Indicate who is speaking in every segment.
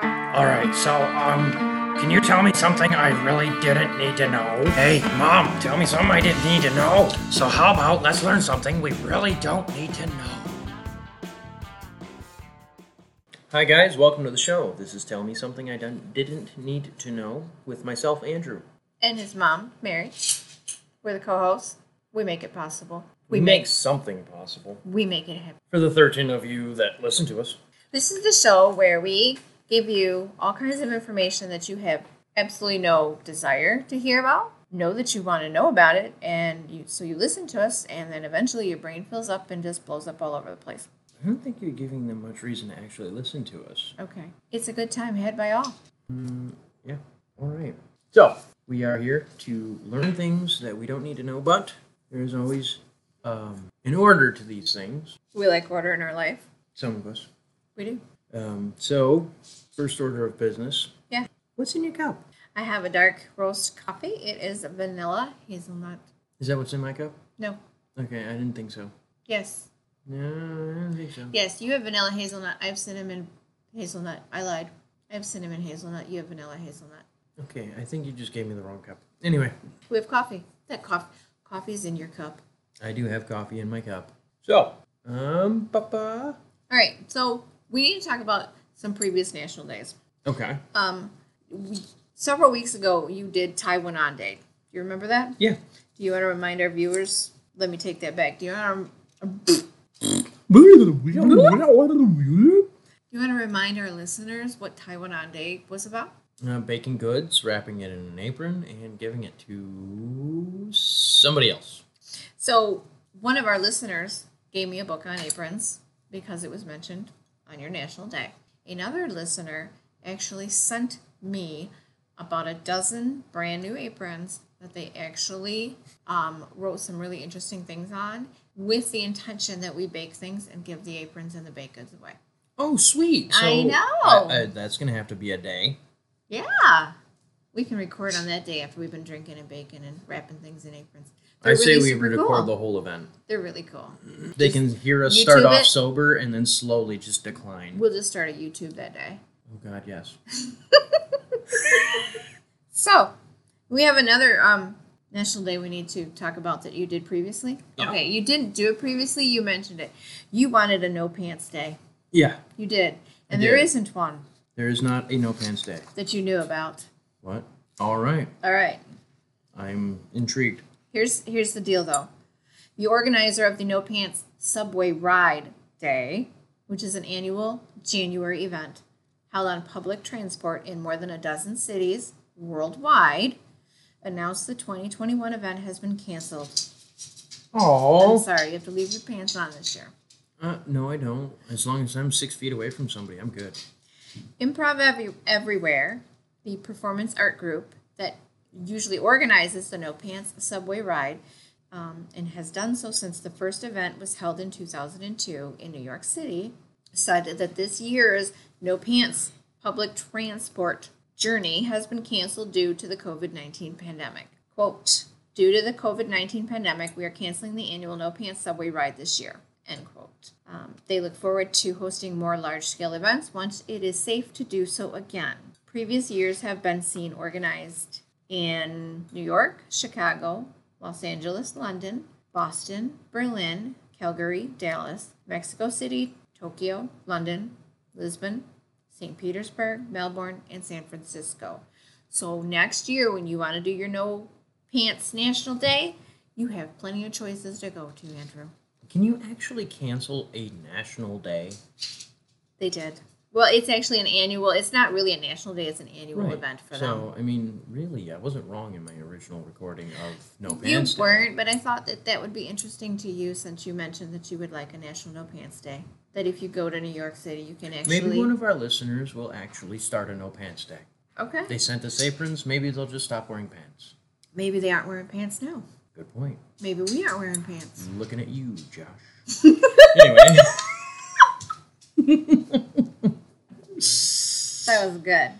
Speaker 1: All right, so um, can you tell me something I really didn't need to know? Hey, mom, tell me something I didn't need to know. So how about let's learn something we really don't need to know.
Speaker 2: Hi, guys. Welcome to the show. This is Tell Me Something I Done- Didn't Need to Know with myself, Andrew.
Speaker 3: and his mom, Mary. We're the co-hosts. We make it possible.
Speaker 2: We make something possible
Speaker 3: we make it happen.
Speaker 2: for the 13 of you that listen to us.
Speaker 3: This is the show where we give you all kinds of information that you have absolutely no desire to hear about. Know that you want to know about it, and you so you listen to us, and then eventually your brain fills up and just blows up all over the place.
Speaker 2: I don't think you're giving them much reason to actually listen to us.
Speaker 3: Okay, it's a good time had by all.
Speaker 2: Yeah. All right. So, we are here to learn things that we don't need to know, but there is always um, an order to these things.
Speaker 3: We like order in our life.
Speaker 2: Some of us.
Speaker 3: We do.
Speaker 2: Um, so, first order of business.
Speaker 3: Yeah.
Speaker 2: What's in your cup?
Speaker 3: I have a dark roast coffee. It is vanilla hazelnut.
Speaker 2: Is that what's in my cup?
Speaker 3: No.
Speaker 2: Okay, I didn't think so.
Speaker 3: Yes.
Speaker 2: No, I don't think so.
Speaker 3: Yes, you have vanilla hazelnut. I have cinnamon hazelnut. I lied. I have cinnamon hazelnut. You have vanilla hazelnut.
Speaker 2: Okay, I think you just gave me the wrong cup. Anyway,
Speaker 3: We have coffee. That coffee coffee's in your cup.
Speaker 2: I do have coffee in my cup. So, um, papa.
Speaker 3: All right. So we need to talk about some previous national days.
Speaker 2: Okay.
Speaker 3: Um, we, several weeks ago, you did Taiwanon Day. Do you remember that?
Speaker 2: Yeah.
Speaker 3: Do you want to remind our viewers? Let me take that back. Do you want to?
Speaker 2: Uh,
Speaker 3: You want to remind our listeners what Taiwanon Day was about?
Speaker 2: Uh, baking goods, wrapping it in an apron, and giving it to somebody else.
Speaker 3: So one of our listeners gave me a book on aprons because it was mentioned on your national day. Another listener actually sent me about a dozen brand new aprons that they actually um, wrote some really interesting things on with the intention that we bake things and give the aprons and the baked goods away.
Speaker 2: Oh, sweet. So
Speaker 3: I know.
Speaker 2: I- I- that's going to have to be a day.
Speaker 3: Yeah. We can record on that day after we've been drinking and baking and wrapping things in aprons.
Speaker 2: I say we
Speaker 3: super
Speaker 2: record
Speaker 3: cool.
Speaker 2: the whole event.
Speaker 3: They're really cool.
Speaker 2: They can hear us
Speaker 3: YouTube
Speaker 2: start off
Speaker 3: it.
Speaker 2: sober and then slowly just decline.
Speaker 3: We'll just start a YouTube that day.
Speaker 2: Oh, God, yes.
Speaker 3: So, we have another um, national day we need to talk about that you did previously.
Speaker 2: Yeah.
Speaker 3: Okay, you didn't do it previously. You mentioned it. You wanted a no pants day.
Speaker 2: Yeah.
Speaker 3: You did, and
Speaker 2: I
Speaker 3: there
Speaker 2: did.
Speaker 3: isn't one
Speaker 2: There is not a no pants day.
Speaker 3: that you knew about.
Speaker 2: What? All right.
Speaker 3: All right,
Speaker 2: I'm intrigued.
Speaker 3: here's here's the deal though. The organizer of the No Pants Subway Ride Day, which is an annual January event held on public transport in more than a dozen cities worldwide, announced the 2021 event has been canceled. I'm
Speaker 2: Oh.
Speaker 3: sorry, you have to leave your pants on this year.
Speaker 2: Uh, no, I don't. As long as I'm six feet away from somebody, I'm good.
Speaker 3: Improv Every- Everywhere, the performance art group that usually organizes the No Pants Subway Ride, um, and has done so since the first event was held in 2002 in New York City, said that this year's No Pants public transport journey has been canceled due to the COVID 19 pandemic. Quote, due to the COVID 19 pandemic, we are canceling the annual No Pants Subway Ride this year. End quote. Um, they look forward to hosting more large scale events once it is safe to do so again. Previous years have been seen organized in New York, Chicago, Los Angeles, London, Boston, Berlin, Calgary, Dallas, Mexico City, Tokyo, London, Lisbon, St. Petersburg, Melbourne, and San Francisco. So next year, when you want to do your No Pants National Day, you have plenty of choices to go to, Andrew.
Speaker 2: Can you actually cancel a national day?
Speaker 3: They did. Well, it's actually an annual. It's not really a national day. It's an annual event for them.
Speaker 2: so, I mean, really, I wasn't wrong in my original recording of No
Speaker 3: You
Speaker 2: Pants Day.
Speaker 3: weren't, but I thought that that would be interesting to you since you mentioned that you would like a National No Pants Day. That if you go to New York City, you can actually.
Speaker 2: Maybe one of our listeners will actually start a No Pants Day.
Speaker 3: okay.
Speaker 2: They sent us aprons. Maybe they'll just stop wearing pants.
Speaker 3: Maybe they aren't wearing pants now.
Speaker 2: Good point.
Speaker 3: Maybe we aren't wearing pants.
Speaker 2: I'm looking at you, Josh. anyway.
Speaker 3: That was good.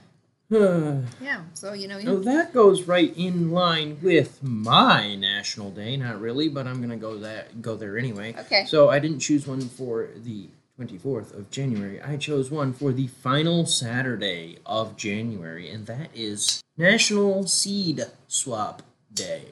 Speaker 2: Uh,
Speaker 3: Yeah. So you know. You,
Speaker 2: Oh, that goes right in line with my national day. Not really, but I'm gonna go that go there anyway.
Speaker 3: Okay.
Speaker 2: So I didn't choose one for the 24th of January, I chose one for the final Saturday of January, and that is National Seed Swap Day.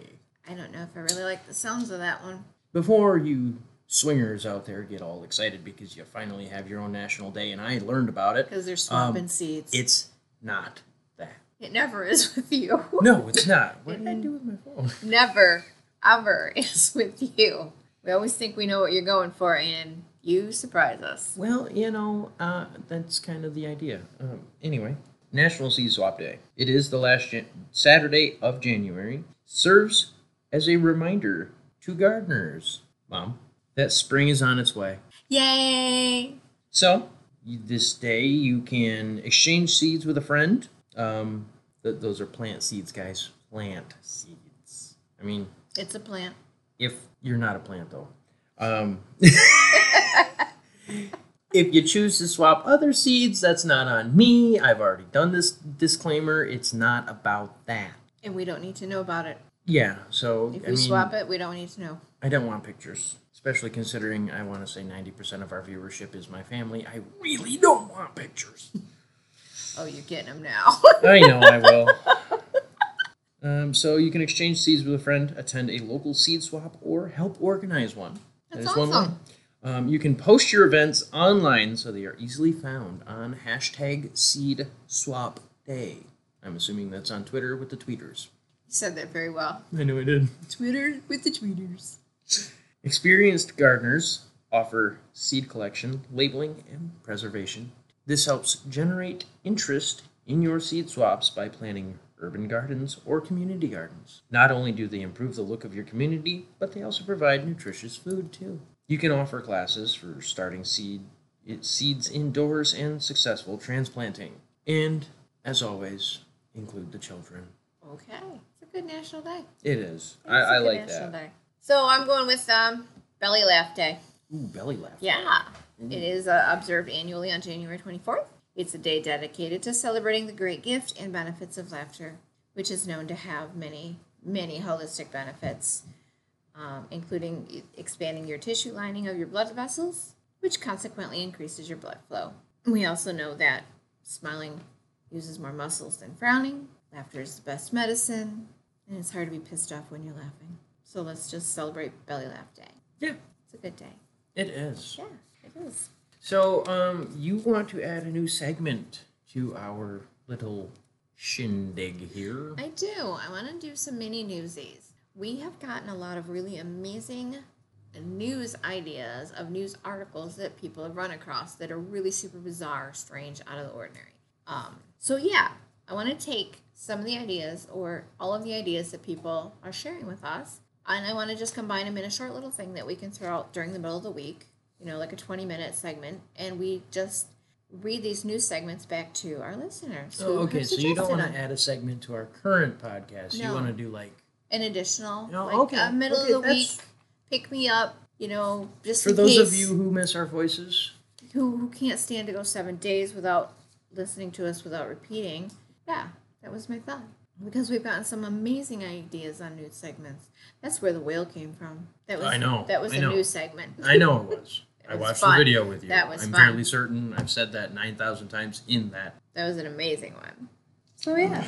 Speaker 3: I don't know if I really like the sounds of that one.
Speaker 2: Before you swingers out there get all excited because you finally have your own national day, and I learned about it,
Speaker 3: Because they're swapping
Speaker 2: Um,
Speaker 3: seeds.
Speaker 2: it's not that.
Speaker 3: it never is with you.
Speaker 2: No, it's not. What did I do with my phone?
Speaker 3: never, ever is with you. We always think we know what you're going for, and you surprise us.
Speaker 2: Well, you know, uh, that's kind of the idea. Um, anyway, National Sea Swap Day. It is the last Jan- Saturday of January. Serves as a reminder to gardeners, Mom, that spring is on its way.
Speaker 3: Yay!
Speaker 2: So, you- this day you can exchange seeds with a friend. Um, th- those are plant seeds, guys. Plant seeds. I mean,
Speaker 3: It's a plant.
Speaker 2: if you're not a plant though. Um, if you choose to swap other seeds, that's not on me. I've already done this disclaimer. It's not about that.
Speaker 3: And we don't need to know about it.
Speaker 2: Yeah, so
Speaker 3: If
Speaker 2: I mean,
Speaker 3: we swap it, we don't need to know.
Speaker 2: I don't want pictures, especially considering I want to say 90% of our viewership is my family. I really don't want pictures.
Speaker 3: Oh, you're getting them now.
Speaker 2: I know I will. Um, so you can exchange seeds with a friend, attend a local seed swap, or help organize one. That
Speaker 3: That's
Speaker 2: is one way.
Speaker 3: awesome.
Speaker 2: Um, you can post your events online so they are easily found on hashtag seed swap day. I'm assuming that's on Twitter with the tweeters.
Speaker 3: You said that very well.
Speaker 2: I know I did.
Speaker 3: Twitter with the tweeters.
Speaker 2: Experienced gardeners offer seed collection, labeling, and preservation. This helps generate interest in your seed swaps by planting urban gardens or community gardens. Not only do they improve the look of your community, but they also provide nutritious food too. You can offer classes for starting seed it seeds indoors and successful transplanting. And as always, include the children.
Speaker 3: Okay. It's a good national day.
Speaker 2: It is.
Speaker 3: It's
Speaker 2: I,
Speaker 3: a
Speaker 2: I
Speaker 3: good
Speaker 2: like
Speaker 3: national
Speaker 2: that.
Speaker 3: Day. So I'm going with um, Belly Laugh Day.
Speaker 2: Ooh, belly laugh.
Speaker 3: Yeah. It is uh, observed annually on January 24th. It's a day dedicated to celebrating the great gift and benefits of laughter, which is known to have many, many holistic benefits, um, including e- expanding your tissue lining of your blood vessels, which consequently increases your blood flow. We also know that smiling uses more muscles than frowning. Laughter is the best medicine, and it's hard to be pissed off when you're laughing. So let's just celebrate Belly Laugh Day.
Speaker 2: Yeah,
Speaker 3: It's a good day.
Speaker 2: it is.
Speaker 3: Yeah, it is.
Speaker 2: So, um, you want to add a new segment to our little shindig here?
Speaker 3: I do. I want to do some mini newsies. We have gotten a lot of really amazing news ideas of news articles that people have run across that are really super bizarre, strange, out of the ordinary. Um, so, yeah, I want to take some of the ideas or all of the ideas that people are sharing with us, and I want to just combine them in a short little thing that we can throw out during the middle of the week, you know, like a 20 minute segment, and we just read these news segments back to our listeners. who
Speaker 2: Oh, okay,
Speaker 3: have
Speaker 2: so you don't
Speaker 3: suggested
Speaker 2: want
Speaker 3: them.
Speaker 2: to add a segment to our current podcast. You
Speaker 3: No.
Speaker 2: want to do like
Speaker 3: an additional
Speaker 2: No,
Speaker 3: like
Speaker 2: Oh, okay,
Speaker 3: a middle
Speaker 2: okay,
Speaker 3: of the week
Speaker 2: that's-
Speaker 3: pick me up you know just
Speaker 2: for
Speaker 3: in
Speaker 2: those of
Speaker 3: case
Speaker 2: you who miss our voices.
Speaker 3: who, who can't stand to go seven days without listening to us without repeating yeah that was my thought because we've gotten some amazing ideas on news segments that's where the whale came from that was
Speaker 2: I know,
Speaker 3: that was
Speaker 2: I
Speaker 3: a
Speaker 2: know.
Speaker 3: news segment
Speaker 2: I know it was. I
Speaker 3: was
Speaker 2: watched
Speaker 3: fun.
Speaker 2: the video with you.
Speaker 3: That was
Speaker 2: I'm
Speaker 3: fun.
Speaker 2: fairly certain I've said that 9,000 times in that.
Speaker 3: that was an amazing one so yeah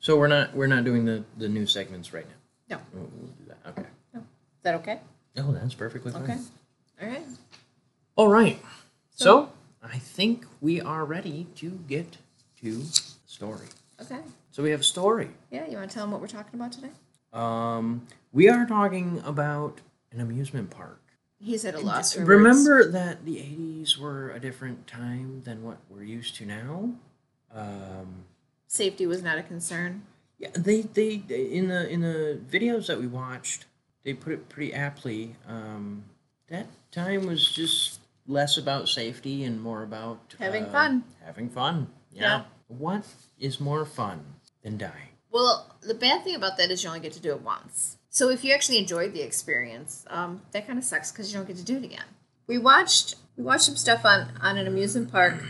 Speaker 2: So we're not we're not doing the the new segments right now.
Speaker 3: No.
Speaker 2: We'll- we'll do that. Okay.
Speaker 3: is that okay
Speaker 2: Oh, that's perfectly fine.
Speaker 3: okay all right
Speaker 2: All right. So, I think we are ready to get to the story.
Speaker 3: okay
Speaker 2: So we have a story.
Speaker 3: yeah you want to tell them what we're talking about today
Speaker 2: Um, we are talking about an amusement park.
Speaker 3: he's at a loss for words.
Speaker 2: Remember that the '80s were a different time than what we're used to now. Um,
Speaker 3: safety was not a concern
Speaker 2: yeah, they, they they in the in the videos that we watched, they put it pretty aptly. Um, that time was just less about safety and more about uh,
Speaker 3: Having fun.
Speaker 2: Having fun.
Speaker 3: Yeah.
Speaker 2: yeah. What is more fun than dying?
Speaker 3: Well, the bad thing about that is you only get to do it once. So if you actually enjoyed the experience, um, that kind of sucks because you don't get to do it again. We watched we watched some stuff on on an amusement park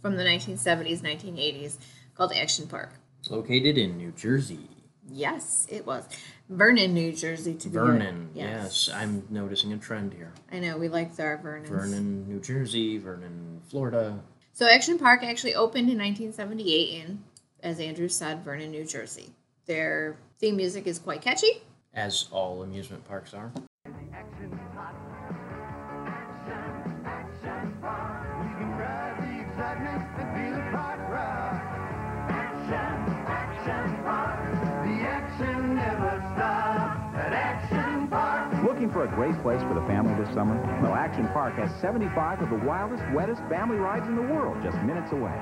Speaker 3: from the 1970s, 1980s called Action Park.
Speaker 2: Located in New Jersey.
Speaker 3: Yes, it was. Vernon, New Jersey, to be good.
Speaker 2: Vernon. Yes. I'm noticing a trend here.
Speaker 3: I know, we liked our Vernons.
Speaker 2: Vernon, New Jersey, Vernon, Florida.
Speaker 3: So Action Park actually opened in 1978 in, as Andrew said, Vernon, New Jersey. Their theme music is quite catchy.
Speaker 2: As all amusement parks are.
Speaker 4: Looking for a great place for the family this summer? Well, Action Park has 75 of the wildest, wettest family rides in the world just minutes away.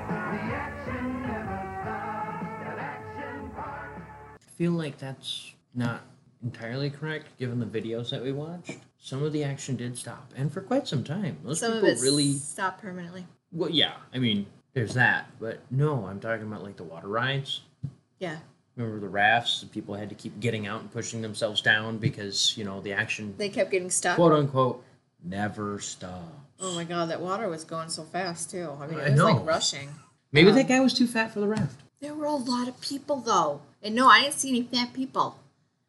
Speaker 2: feel like that's not entirely correct given the videos that we watched. Some of the action did stop, and for quite some time. Most
Speaker 3: Some of
Speaker 2: people
Speaker 3: it
Speaker 2: really.
Speaker 3: stopped permanently.
Speaker 2: Well, yeah, I mean, there's that, but no, I'm talking about like the water rides.
Speaker 3: Yeah.
Speaker 2: Remember the rafts? People had to keep getting out and pushing themselves down because, you know, the action,
Speaker 3: They kept getting stuck.
Speaker 2: quote unquote, never stops.
Speaker 3: Oh my god, that water was going so fast too. I mean,
Speaker 2: I
Speaker 3: it was
Speaker 2: know.
Speaker 3: like rushing.
Speaker 2: Maybe that guy was too fat for the raft.
Speaker 3: There were a lot of people though. And no, I didn't see any fat people.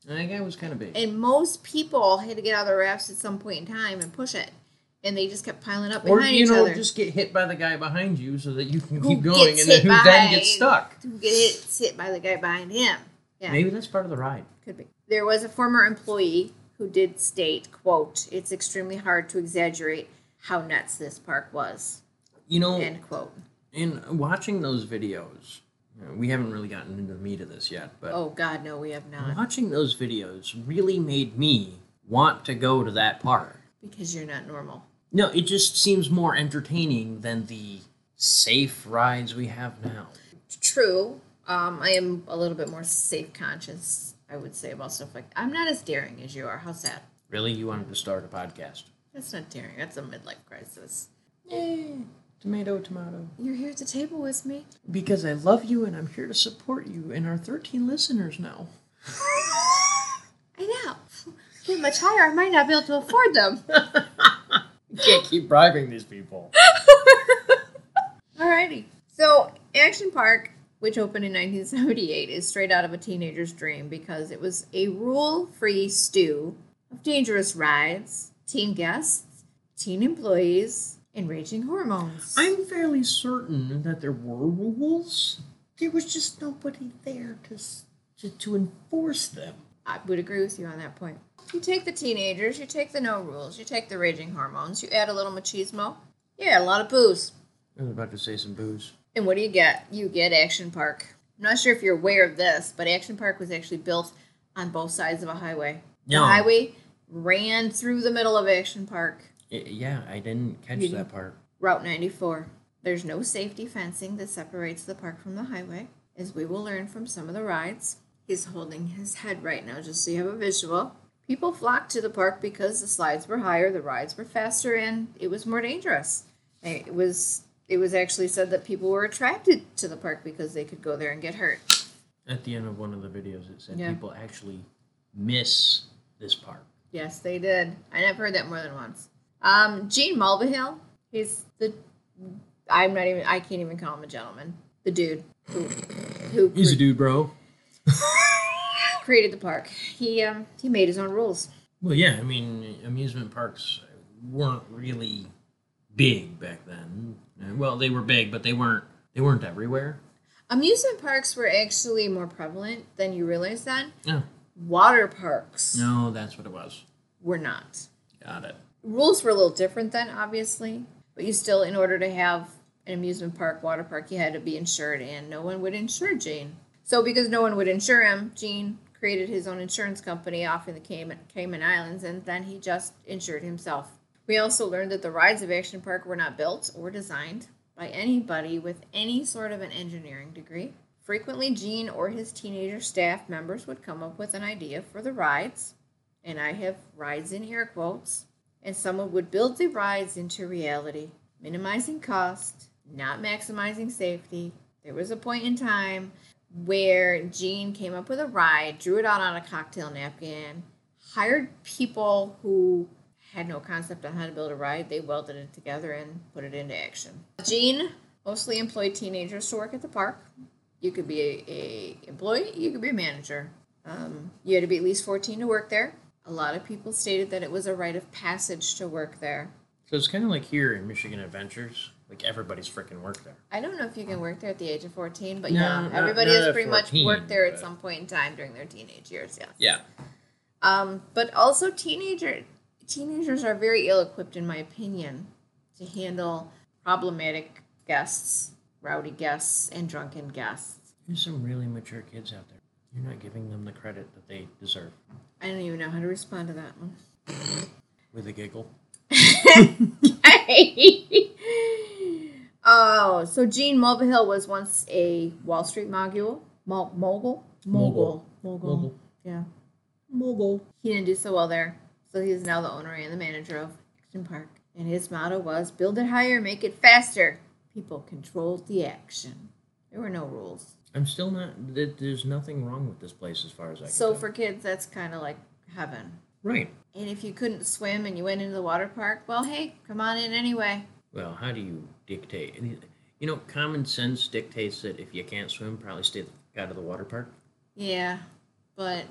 Speaker 2: That guy was kind of big.
Speaker 3: And most people had to get out of the rafts at some point in time and push it. And they just kept piling up
Speaker 2: Or,
Speaker 3: behind
Speaker 2: you
Speaker 3: each
Speaker 2: know,
Speaker 3: other.
Speaker 2: just get hit by the guy behind you so that you can
Speaker 3: Who
Speaker 2: keep going
Speaker 3: gets
Speaker 2: and then
Speaker 3: hit
Speaker 2: who then
Speaker 3: by-
Speaker 2: gets stuck.
Speaker 3: Who gets hit by the guy behind him. Yeah.
Speaker 2: Maybe that's part of the ride.
Speaker 3: Could be. There was a former employee who did state, quote, it's extremely hard to exaggerate how nuts this park was,
Speaker 2: You know,
Speaker 3: end quote.
Speaker 2: in watching those videos, you know, we haven't really gotten into the meat of this yet, but
Speaker 3: Oh God, no, we have not.
Speaker 2: watching those videos really made me want to go to that park.
Speaker 3: Because you're not normal.
Speaker 2: No, it just seems more entertaining than the safe rides we have now.
Speaker 3: True. Um, I am a little bit more safe conscious, I would say, about stuff like I'm not as daring as you are. How sad.
Speaker 2: Really, you wanted to start a podcast?
Speaker 3: That's not daring. That's a midlife crisis.
Speaker 2: Eh, Tomato, tomato.
Speaker 3: You're here at the table with me.
Speaker 2: Because I love you and I'm here to support you and our 13 listeners now.
Speaker 3: I know. Get much higher, I might not be able to afford them.
Speaker 2: You can't keep bribing these people.
Speaker 3: Alrighty. So, Action Park, which opened in 1978, is straight out of a teenager's dream because it was a rule free stew of dangerous rides, teen guests, teen employees, and raging hormones.
Speaker 2: I'm fairly certain that there were rules. There was just nobody there to s- to, to enforce them.
Speaker 3: I would agree with you on that point. You take the teenagers, you take the no rules, you take the raging hormones, you add a little machismo. Yeah, a lot of booze.
Speaker 2: I was about to say some booze.
Speaker 3: And what do you get? You get Action Park. I'm not sure if you're aware of this, but Action Park was actually built on both sides of a highway.
Speaker 2: No.
Speaker 3: The highway ran through the middle of Action Park,
Speaker 2: I- yeah, I didn't catch
Speaker 3: You
Speaker 2: that
Speaker 3: didn't-
Speaker 2: part.
Speaker 3: Route 94. There's no safety fencing that separates the park from the highway, as we will learn from some of the rides. He's holding his head right now just so you have a visual. People flocked to the park because the slides were higher, the rides were faster, and it was more dangerous. It was it was actually said that people were attracted to the park because they could go there and get hurt.
Speaker 2: At the end of one of the videos, it said
Speaker 3: Yeah.
Speaker 2: people actually miss this part.
Speaker 3: Yes, they did. And I've heard that more than once. Um, Gene Mulvihill, he's the I'm not even I can't even call him a gentleman. The dude who, who
Speaker 2: He's a dude, bro.
Speaker 3: created the park. He um he made his own rules.
Speaker 2: Well, yeah, I mean, amusement parks weren't really big back then. Uh, Well, they were big, but they weren't they weren't everywhere.
Speaker 3: Amusement parks were actually more prevalent than you realize then.
Speaker 2: No,
Speaker 3: Water parks
Speaker 2: no, that's what it was.
Speaker 3: were not.
Speaker 2: Got it.
Speaker 3: rules were a little different then, obviously. But you still, in order to have an amusement park, water park, you had to be insured, and no one would insure Gene. So, because no one would insure him, Gene created his own insurance company off in the Cayman, Cayman Islands, and then he just insured himself. We also learned that the rides of Action Park were not built or designed by anybody with any sort of an engineering degree. Frequently, Gene or his teenager staff members would come up with an idea for the rides, and I have rides in air quotes, and someone would build the rides into reality, minimizing cost, not maximizing safety. There was a point in time where Gene came up with a ride, drew it out on a cocktail napkin, hired people who had no concept on how to build a ride. They welded it together and put it into action. Gene mostly employed teenagers to work at the park. You could be a, a employee, you could be a manager. Um, you had to be at least 14 to work there. A lot of people stated that it was a rite of passage to work there.
Speaker 2: So it's kind of like here in Michigan Adventures, like everybody's freaking work there.
Speaker 3: I don't know if you can work there at the age of 14, but
Speaker 2: No,
Speaker 3: yeah,
Speaker 2: not-
Speaker 3: everybody
Speaker 2: not
Speaker 3: has
Speaker 2: at
Speaker 3: pretty much
Speaker 2: 14,
Speaker 3: worked there at
Speaker 2: but-
Speaker 3: some point in time during their teenage years. Yes.
Speaker 2: Yeah.
Speaker 3: Um, but also teenager teenagers are very ill equipped, in my opinion, to handle problematic guests, rowdy guests, and drunken guests.
Speaker 2: There's some really mature kids out there. You're not giving them the credit that they deserve.
Speaker 3: I don't even know how to respond to that one.
Speaker 2: With a giggle.
Speaker 3: oh, so Gene Mulvihill was once a Wall Street mogul. Mul- mogul?
Speaker 2: Mogul.
Speaker 3: Mogul.
Speaker 2: Mogul.
Speaker 3: Yeah.
Speaker 2: Mogul.
Speaker 3: He didn't do so well there, so he is now the owner and the manager of Action Park. And his motto was build it higher, make it faster. People controlled the action. There were no rules.
Speaker 2: I'm still not. th- There's nothing wrong with this place as far as I can
Speaker 3: So
Speaker 2: tell.
Speaker 3: for kids, that's kind of like heaven.
Speaker 2: right.
Speaker 3: And if you couldn't swim and you went into the water park, well, hey, come on in anyway.
Speaker 2: Well, how do you dictate? and, You know, common sense dictates that if you can't swim, probably stay the fuck out of the water park.
Speaker 3: Yeah, but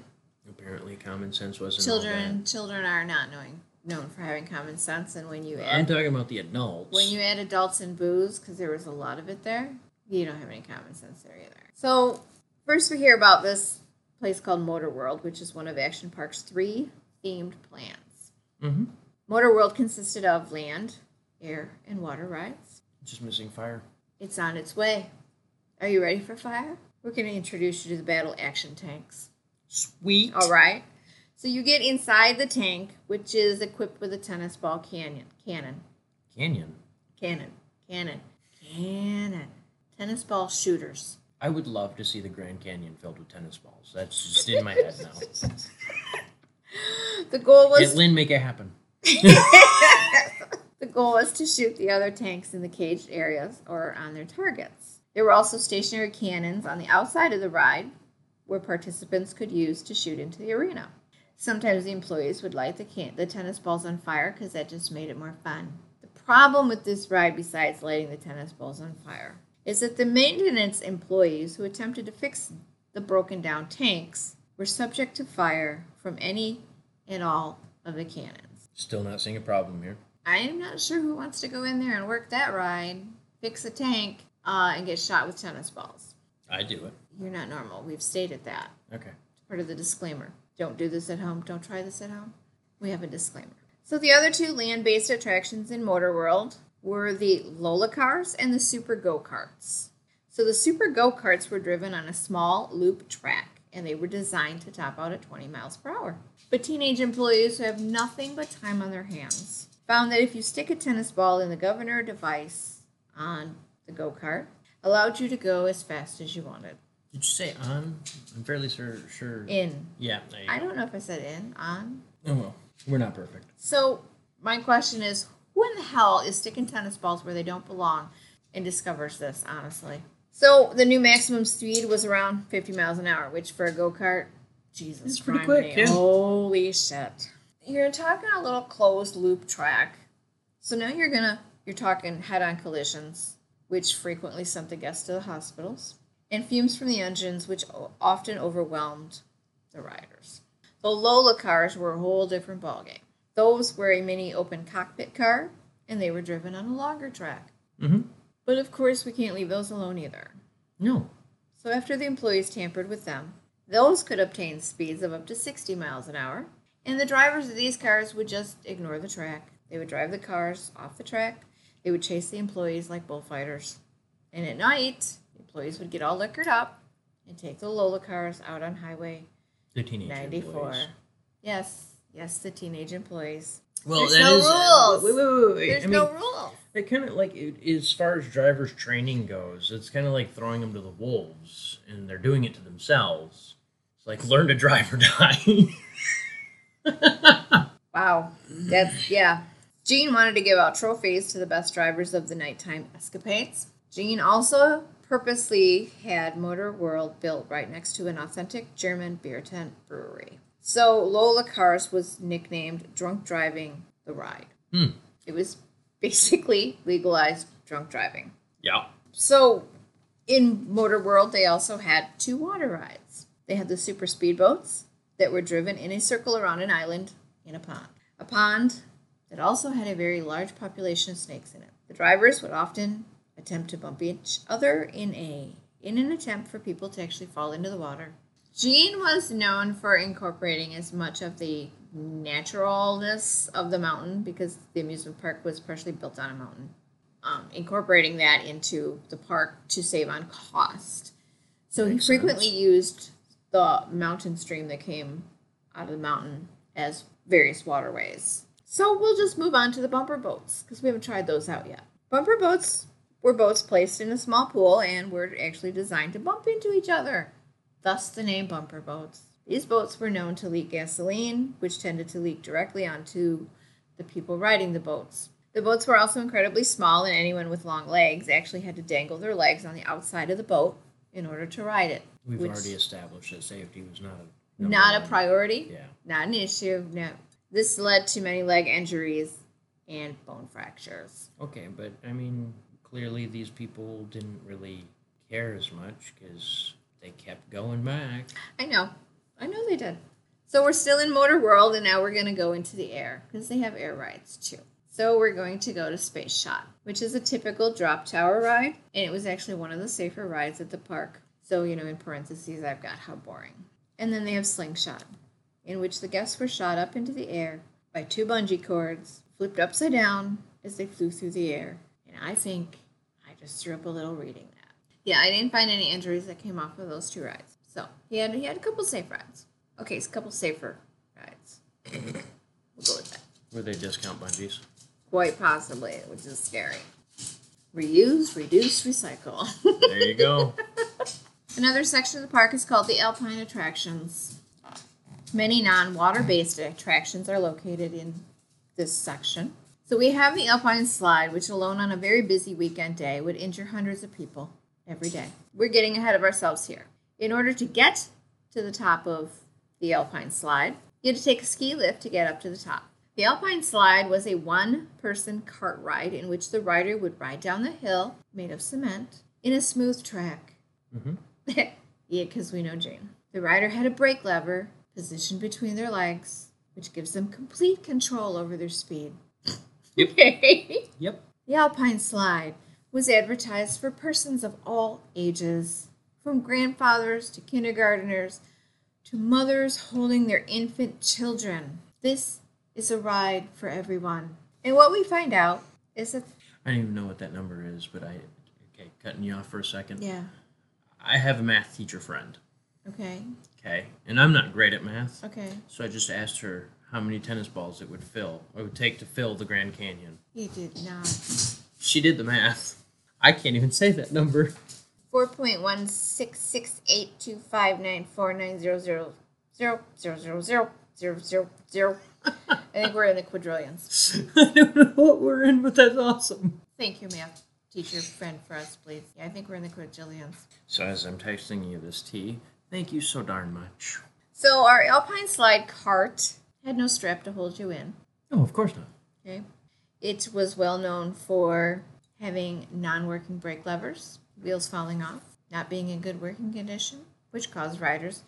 Speaker 2: Apparently, common sense wasn't. all
Speaker 3: children children are not knowing known for having common sense, and when you
Speaker 2: that. I'm
Speaker 3: add
Speaker 2: talking about the adults.
Speaker 3: when you add adults and booze, because there was a lot of it there, you don't have any common sense there either. So first we hear about this place called Motor World, which is one of Action Park's three themed plans.
Speaker 2: hmm
Speaker 3: Motor World consisted of land, air, and water rides.
Speaker 2: Just missing fire.
Speaker 3: It's on its way. Are you ready for fire? We're going to introduce you to the battle action tanks.
Speaker 2: Sweet.
Speaker 3: All right. So you get inside the tank, which is equipped with a tennis ball canyon, cannon,
Speaker 2: Canyon.
Speaker 3: cannon, cannon, cannon, tennis ball shooters.
Speaker 2: I would love to see the Grand Canyon filled with tennis balls. That's just in my head now.
Speaker 3: The goal
Speaker 2: Let
Speaker 3: was
Speaker 2: Lynn make it happen.
Speaker 3: the goal was to shoot the other tanks in the caged areas or on their targets. There were also stationary cannons on the outside of the ride where participants could use to shoot into the arena. Sometimes the employees would light the, can- the tennis balls on fire because that just made it more fun. The problem with this ride, besides lighting the tennis balls on fire, is that the maintenance employees who attempted to fix the broken down tanks were subject to fire from any and all of the cannons.
Speaker 2: Still not seeing a problem here.
Speaker 3: I am not sure who wants to go in there and work that ride, fix a tank, uh, and get shot with tennis balls.
Speaker 2: I do it.
Speaker 3: You're not normal. We've stated that.
Speaker 2: Okay.
Speaker 3: It's part of the disclaimer. Don't do this at home. Don't try this at home. We have a disclaimer. So the other two land-based attractions in Motor World were the Lola cars and the Super Go Karts. So the Super Go Karts were driven on a small loop track, and they were designed to top out at 20 miles per hour. But teenage employees who have nothing but time on their hands found that if you stick a tennis ball in the governor device on the go kart, allowed you to go as fast as you wanted.
Speaker 2: Did you say on? I'm fairly sur- sure.
Speaker 3: In
Speaker 2: Yeah. There you
Speaker 3: I
Speaker 2: go.
Speaker 3: don't know if I said in, on.
Speaker 2: Oh well, we're not perfect.
Speaker 3: So my question is, who in the hell is sticking tennis balls where they don't belong and discovers this, honestly? So the new maximum speed was around 50 miles an hour, which for a go-kart, Jesus
Speaker 2: It's pretty
Speaker 3: criminy,
Speaker 2: quick, yeah.
Speaker 3: holy shit. You're talking a little closed loop track. So now you're gonna you're talking head-on collisions, which frequently sent the guests to the hospitals, and fumes from the engines, which o- often overwhelmed the riders. The Lola cars were a whole different ballgame. Those were a mini open cockpit car, and they were driven on a longer track.
Speaker 2: Mhm.
Speaker 3: But of course, we can't leave those alone either.
Speaker 2: No.
Speaker 3: So after the employees tampered with them, those could obtain speeds of up to 60 miles an hour, and the drivers of these cars would just ignore the track. They would drive the cars off the track. They would chase the employees like bullfighters. And at night, the employees would get all liquored up and take the Lola cars out on Highway
Speaker 2: The teenage
Speaker 3: 94.
Speaker 2: employees.
Speaker 3: Yes, yes, the teenage employees.
Speaker 2: Well,
Speaker 3: There's
Speaker 2: that
Speaker 3: no
Speaker 2: is-
Speaker 3: rules.
Speaker 2: Wait, wait, wait, wait.
Speaker 3: There's
Speaker 2: I mean,
Speaker 3: no rules.
Speaker 2: It kind of like it, as far as drivers training goes, it's kind of like throwing them to the wolves, and they're doing it to themselves. It's like learn to drive or die.
Speaker 3: Wow. That's yeah. Gene wanted to give out trophies to the best drivers of the nighttime escapades. Gene also purposely had Motor World built right next to an authentic German beer tent brewery. So Lola Cars was nicknamed Drunk Driving the Ride.
Speaker 2: Hmm.
Speaker 3: It was basically legalized drunk driving.
Speaker 2: yeah.
Speaker 3: So in Motor World, they also had two water rides. They had the super speedboats that were driven in a circle around an island in a pond. A pond that also had a very large population of snakes in it. The drivers would often attempt to bump each other in a in an attempt for people to actually fall into the water. Gene was known for incorporating as much of the naturalness of the mountain because the amusement park was partially built on a mountain. Um, incorporating that into the park to save on cost. So he
Speaker 5: Makes
Speaker 3: frequently
Speaker 5: sense.
Speaker 3: used the mountain stream that came out of the mountain as various waterways. So we'll just move on to the bumper boats because we haven't tried those out yet. Bumper boats were boats placed in a small pool and were actually designed to bump into each other, thus the name bumper boats. These boats were known to leak gasoline, which tended to leak directly onto the people riding the boats. The boats were also incredibly small, and anyone with long legs actually had to dangle their legs on the outside of the boat in order to ride it.
Speaker 2: We've
Speaker 3: which-
Speaker 2: already established that safety was not a number
Speaker 3: not a
Speaker 2: one.
Speaker 3: priority.
Speaker 2: Yeah.
Speaker 3: Not an issue. No. This led to many leg injuries and bone fractures.
Speaker 2: Okay, but I mean, clearly these people didn't really care as much because they kept going back.
Speaker 3: I know. I know they did. So we're still in Motor World, and now we're going to go into the air because they have air rides too. So we're going to go to Space Shot, which is a typical drop tower ride, and it was actually one of the safer rides at the park. So, you know, in parentheses, I've got how boring. And then they have Slingshot, in which the guests were shot up into the air by two bungee cords, flipped upside down as they flew through the air. And I think I just threw up a little reading that. Yeah, I didn't find any injuries that came off of those two rides. So he had he had a couple safe rides. Okay, it's a couple safer rides. we'll go with that.
Speaker 2: Were they discount bungees?
Speaker 3: Quite possibly, which is scary. Reuse, reduce, recycle.
Speaker 2: There you go.
Speaker 3: Another section of the park is called the Alpine Attractions. Many non water based attractions are located in this section. So we have the Alpine Slide, which alone on a very busy weekend day would injure hundreds of people every day. We're getting ahead of ourselves here. In order to get to the top of the Alpine Slide, you had to take a ski lift to get up to the top. The Alpine Slide was a one person cart ride in which the rider would ride down the hill made of cement in a smooth track. yeah, because we know Jane. The rider had a brake lever positioned between their legs, which gives them complete control over their speed. Okay.
Speaker 2: yep.
Speaker 3: The Alpine Slide was advertised for persons of all ages, from grandfathers to kindergarteners to mothers holding their infant children. This is a ride for everyone. And what we find out is that,
Speaker 2: I don't even know what that number is, but I. Okay, cutting you off for a second.
Speaker 3: yeah,
Speaker 2: I have a math teacher friend,
Speaker 3: okay,
Speaker 2: okay? And I'm not great at math.
Speaker 3: okay.
Speaker 2: So I just asked her how many tennis balls it would fill, it would take to fill the Grand Canyon.
Speaker 3: You did not.
Speaker 2: She did the math. I can't even say that number.
Speaker 3: Four point one six six eight two five nine four nine zero zero zero zero zero zero zero zero zero. I think we're in the quadrillions.
Speaker 2: I don't know what we're in, but that's awesome.
Speaker 3: Thank you, math teacher friend, for us, please. Yeah, I think we're in the quadrillions.
Speaker 2: So as I'm texting you this tea, thank you so darn much.
Speaker 3: So our Alpine slide cart had no strap to hold you in.
Speaker 2: Oh, of course not.
Speaker 3: Okay. It was well known for having non working brake levers, wheels falling off, not being in good working condition, which caused riders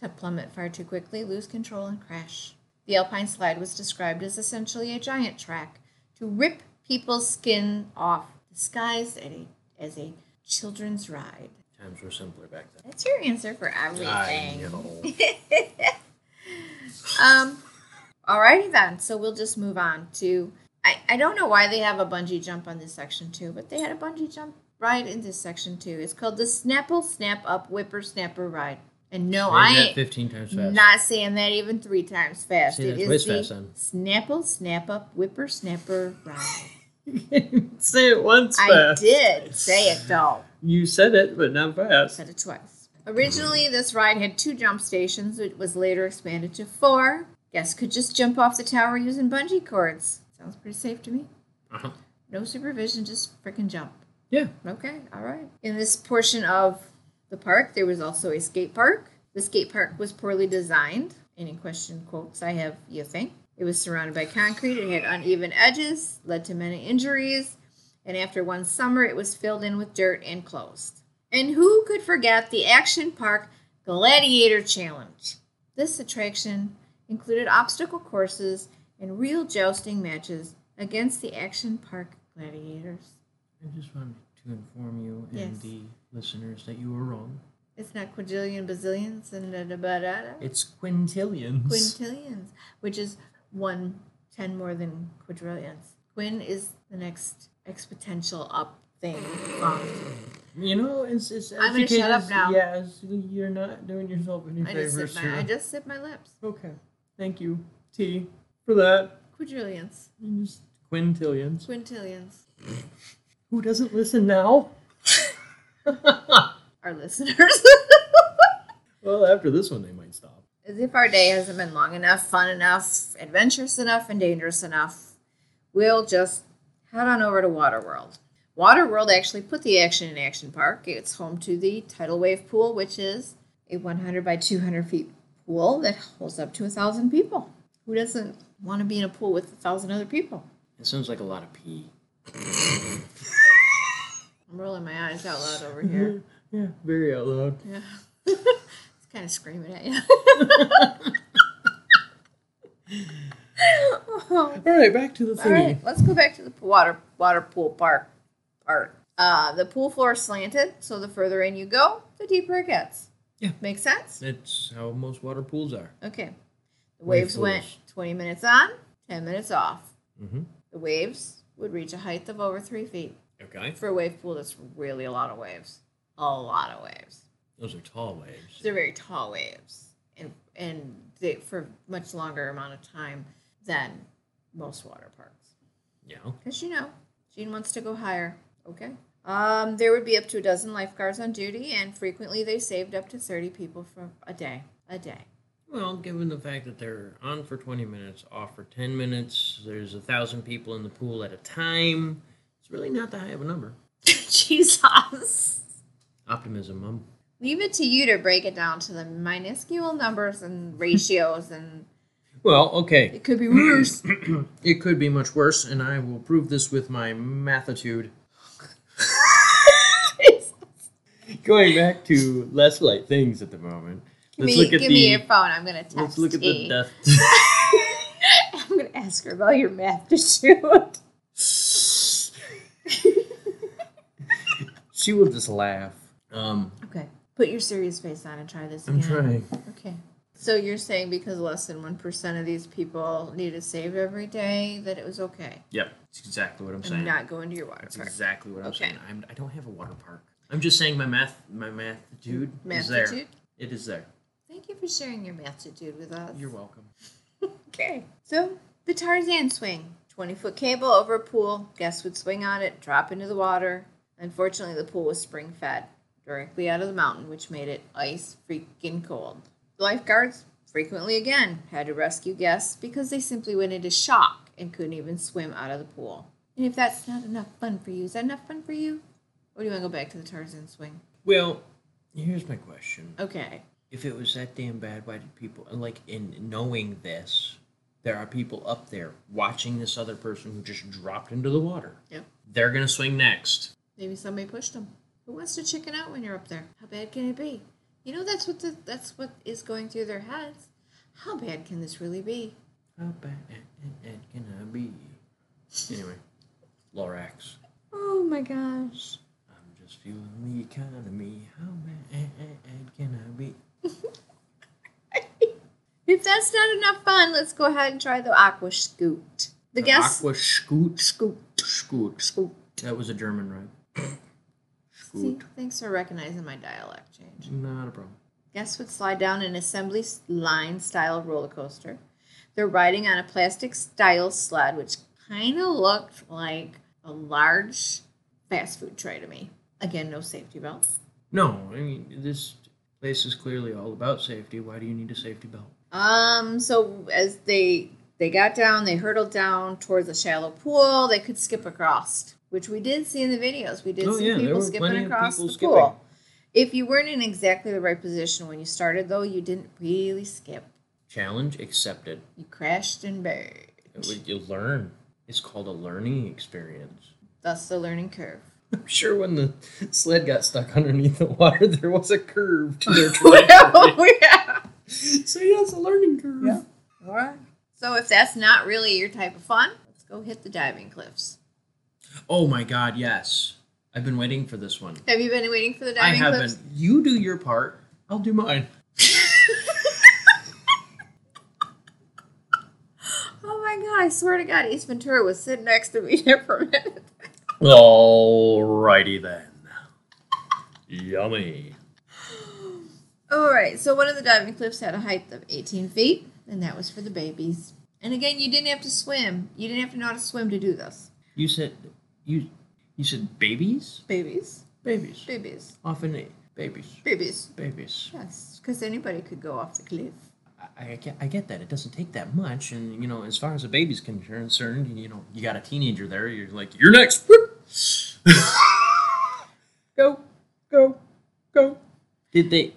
Speaker 3: to plummet far too quickly, lose control, and crash. The Alpine slide was described as essentially a giant track to rip people's skin off, disguised at a, as a children's ride.
Speaker 2: Times were simpler back then.
Speaker 3: That's your answer for everything.
Speaker 2: know.
Speaker 3: Um, alrighty then. So we'll just move on to. I, I don't know why they have a bungee jump on this section too, but they had a bungee jump ride in this section too. It's called the Snapple Snap Up Whipper Snapper Ride. And no, I
Speaker 2: Say that
Speaker 3: ain't
Speaker 2: 15 times fast.
Speaker 3: not saying that even three times fast.
Speaker 2: Say
Speaker 3: It
Speaker 2: that
Speaker 3: is
Speaker 2: twice
Speaker 3: the
Speaker 2: fast, then.
Speaker 3: Snapple Snap Up Whipper Snapper Ride.
Speaker 2: Say it once
Speaker 3: I did say it though.
Speaker 2: You said it, but not fast.
Speaker 3: said it twice. Originally, this ride had two jump stations. It was later expanded to four. Guests could just jump off the tower using bungee cords. Sounds pretty safe to me.
Speaker 2: Uh-huh.
Speaker 3: No supervision, just freaking jump.
Speaker 2: Yeah.
Speaker 3: Okay, all right. In this portion of the park, there was also a skate park. The skate park was poorly designed. Any question quotes I have, you think? It was surrounded by concrete. It had uneven edges, led to many injuries, and after one summer, it was filled in with dirt and closed. And who could forget the Action Park Gladiator Challenge. This attraction included obstacle courses and real jousting matches against the Action Park Gladiators.
Speaker 2: I just wanted to inform you and
Speaker 3: Yes.
Speaker 2: the listeners that you were wrong.
Speaker 3: It's not quadrillion, bazillions, and da da ba da da.
Speaker 2: It's quintillions.
Speaker 3: Quintillions, which is one ten more than quadrillions. Quin is the next exponential up thing. Um,
Speaker 2: you know, it's it's.
Speaker 3: I'm gonna shut up
Speaker 2: educators-
Speaker 3: now.
Speaker 2: Yeah, it's, you're not doing yourself any
Speaker 3: I just
Speaker 2: favors
Speaker 3: sip my I
Speaker 2: here.
Speaker 3: just sip my lips.
Speaker 2: Okay, thank you, T, for that.
Speaker 3: Quadrillions,
Speaker 2: You just- Quintillions.
Speaker 3: quintillions.
Speaker 2: Who doesn't listen now?
Speaker 3: Our listeners.
Speaker 2: Well, after this one, they might stop.
Speaker 3: As if our day hasn't been long enough, fun enough, adventurous enough, and dangerous enough, we'll just head on over to Waterworld. Waterworld actually put the action in Action Park. It's home to the tidal wave pool, which is a 100 by 200 feet pool that holds up to a 1,000 people. Who doesn't want to be in a pool with a 1,000 other people?
Speaker 2: It sounds like a lot of pee.
Speaker 3: I'm rolling my eyes out loud over here.
Speaker 2: Yeah, very out loud.
Speaker 3: Yeah. it's kind of screaming at you. Oh.
Speaker 2: All right, back to the
Speaker 3: All
Speaker 2: thingy.
Speaker 3: right, let's go back to the water water pool park part. Uh, the pool floor is slanted, so the further in you go, the deeper it gets.
Speaker 2: Yeah.
Speaker 3: Make sense?
Speaker 2: That's how most water pools are.
Speaker 3: Okay. The
Speaker 2: Wave
Speaker 3: waves went
Speaker 2: pools.
Speaker 3: 20 minutes on, 10 minutes off.
Speaker 2: Mm-hmm.
Speaker 3: The waves would reach a height of over three feet.
Speaker 2: Okay.
Speaker 3: For a wave pool, that's really a lot of waves. A lot of waves.
Speaker 2: Those are tall waves.
Speaker 3: They're very tall waves, and and they for much longer amount of time than most water parks.
Speaker 2: Yeah.
Speaker 3: Because you know, Jean wants to go higher. Okay. Um, there would be up to a dozen lifeguards on duty, and frequently they saved up to 30 people for a day. A day.
Speaker 2: Well, given the fact that they're on for 20 minutes, off for 10 minutes, there's a thousand people in the pool at a time. It's really not that high of a number.
Speaker 3: Jesus.
Speaker 2: Optimism, Mum.
Speaker 3: Leave it to you to break it down to the minuscule numbers and ratios, and
Speaker 2: Well, okay.
Speaker 3: it could be worse.
Speaker 2: It could be much worse, and I will prove this with my mathitude. Going back to less light things at the moment.
Speaker 3: give me, give me your phone. I'm gonna text.
Speaker 2: Let's look at the
Speaker 3: T.
Speaker 2: death.
Speaker 3: I'm gonna ask her about your math to shoot.
Speaker 2: She will just laugh. Um,
Speaker 3: Okay. Put your serious face on and try this
Speaker 2: I'm
Speaker 3: again.
Speaker 2: trying.
Speaker 3: Okay. So you're saying because less than one percent of these people need a save every day that it was okay.
Speaker 2: Yep, that's exactly what I'm
Speaker 3: I'm
Speaker 2: saying.
Speaker 3: not going to your water
Speaker 2: that's
Speaker 3: park.
Speaker 2: exactly what I'm
Speaker 3: Okay.
Speaker 2: saying. I'm, I don't have a water park. I'm just saying my math, my mathitude is there.
Speaker 3: Mathitude?
Speaker 2: It is there.
Speaker 3: Thank you for sharing your mathitude with us.
Speaker 2: You're welcome.
Speaker 3: Okay. So the Tarzan swing. Twenty foot cable over a pool. Guests would swing on it, drop into the water. Unfortunately the pool was spring fed directly out of the mountain, which made it ice freaking cold. Lifeguards frequently again had to rescue guests because they simply went into shock and couldn't even swim out of the pool. And if that's not enough fun for you, is that enough fun for you? Or do you want to go back to the Tarzan swing?
Speaker 2: Well, here's my question.
Speaker 3: Okay.
Speaker 2: If it was that damn bad, why did people, and like in knowing this, there are people up there watching this other person who just dropped into the water.
Speaker 3: Yep.
Speaker 2: They're going to swing next.
Speaker 3: Maybe somebody pushed them. Who wants to chicken out when you're up there? How bad can it be? You know that's what the, that's what is going through their heads. How bad can this really be?
Speaker 2: How bad can I be? Anyway, Lorax.
Speaker 3: Oh my gosh.
Speaker 2: I'm just fueling the economy. How mad can I be?
Speaker 3: If that's not enough fun, let's go ahead and try the aqua scoot. The guests
Speaker 2: Aqua Scoot. Scoot. Scoot. Scoot. That was a German, right?
Speaker 3: See,
Speaker 2: Scoot.
Speaker 3: thanks for recognizing my dialect change.
Speaker 2: Not a problem.
Speaker 3: Guests would slide down an assembly line style roller coaster. They're riding on a plastic style sled, which kind of looked like a large fast food tray to me. Again, no safety belts.
Speaker 2: No, I mean, this place is clearly all about safety. Why do you need a safety belt?
Speaker 3: Um, so as they they got down, they hurtled down towards a shallow pool. They could skip across, which we did see in the videos. We did
Speaker 2: Oh,
Speaker 3: see
Speaker 2: yeah, there
Speaker 3: people
Speaker 2: were plenty
Speaker 3: skipping
Speaker 2: of
Speaker 3: across
Speaker 2: people
Speaker 3: the
Speaker 2: skipping.
Speaker 3: pool. If you weren't in exactly the right position when you started, though, you didn't really skip.
Speaker 2: Challenge accepted.
Speaker 3: You crashed and buried.
Speaker 2: It would- You learn. It's called a learning experience.
Speaker 3: Thus, the learning curve.
Speaker 5: I'm sure when the sled got stuck underneath the water, there was a curve to their trajectory.
Speaker 3: yeah.
Speaker 5: so yeah, it's a learning curve.
Speaker 3: Yeah. All right. So if that's not really your type of fun, let's go hit the diving cliffs.
Speaker 2: Oh my god, yes. I've been waiting for this one.
Speaker 3: Have you been waiting for the
Speaker 2: I
Speaker 3: diving
Speaker 2: have
Speaker 3: cliffs?
Speaker 2: been. You do your part, I'll do mine.
Speaker 3: Oh my god! I swear to God, East Ventura was sitting next to me there for a minute.
Speaker 2: Alrighty then. Yummy.
Speaker 3: All right. So one of the diving cliffs had a height of 18 feet, and that was for the babies. And again, you didn't have to swim. You didn't have to know how to swim to do this.
Speaker 2: You said you you said babies?
Speaker 3: Babies,
Speaker 2: Babies.
Speaker 3: babies,
Speaker 2: Often eh, babies.
Speaker 3: babies.
Speaker 2: Babies.
Speaker 3: Yes, because anybody could go off the cliff.
Speaker 2: I, I, get, I get that. It doesn't take that much. And, you know, as far as a baby's con- concerned, you know, you got a teenager there. You're like, you're next. Whoop. go, go, go. Did they.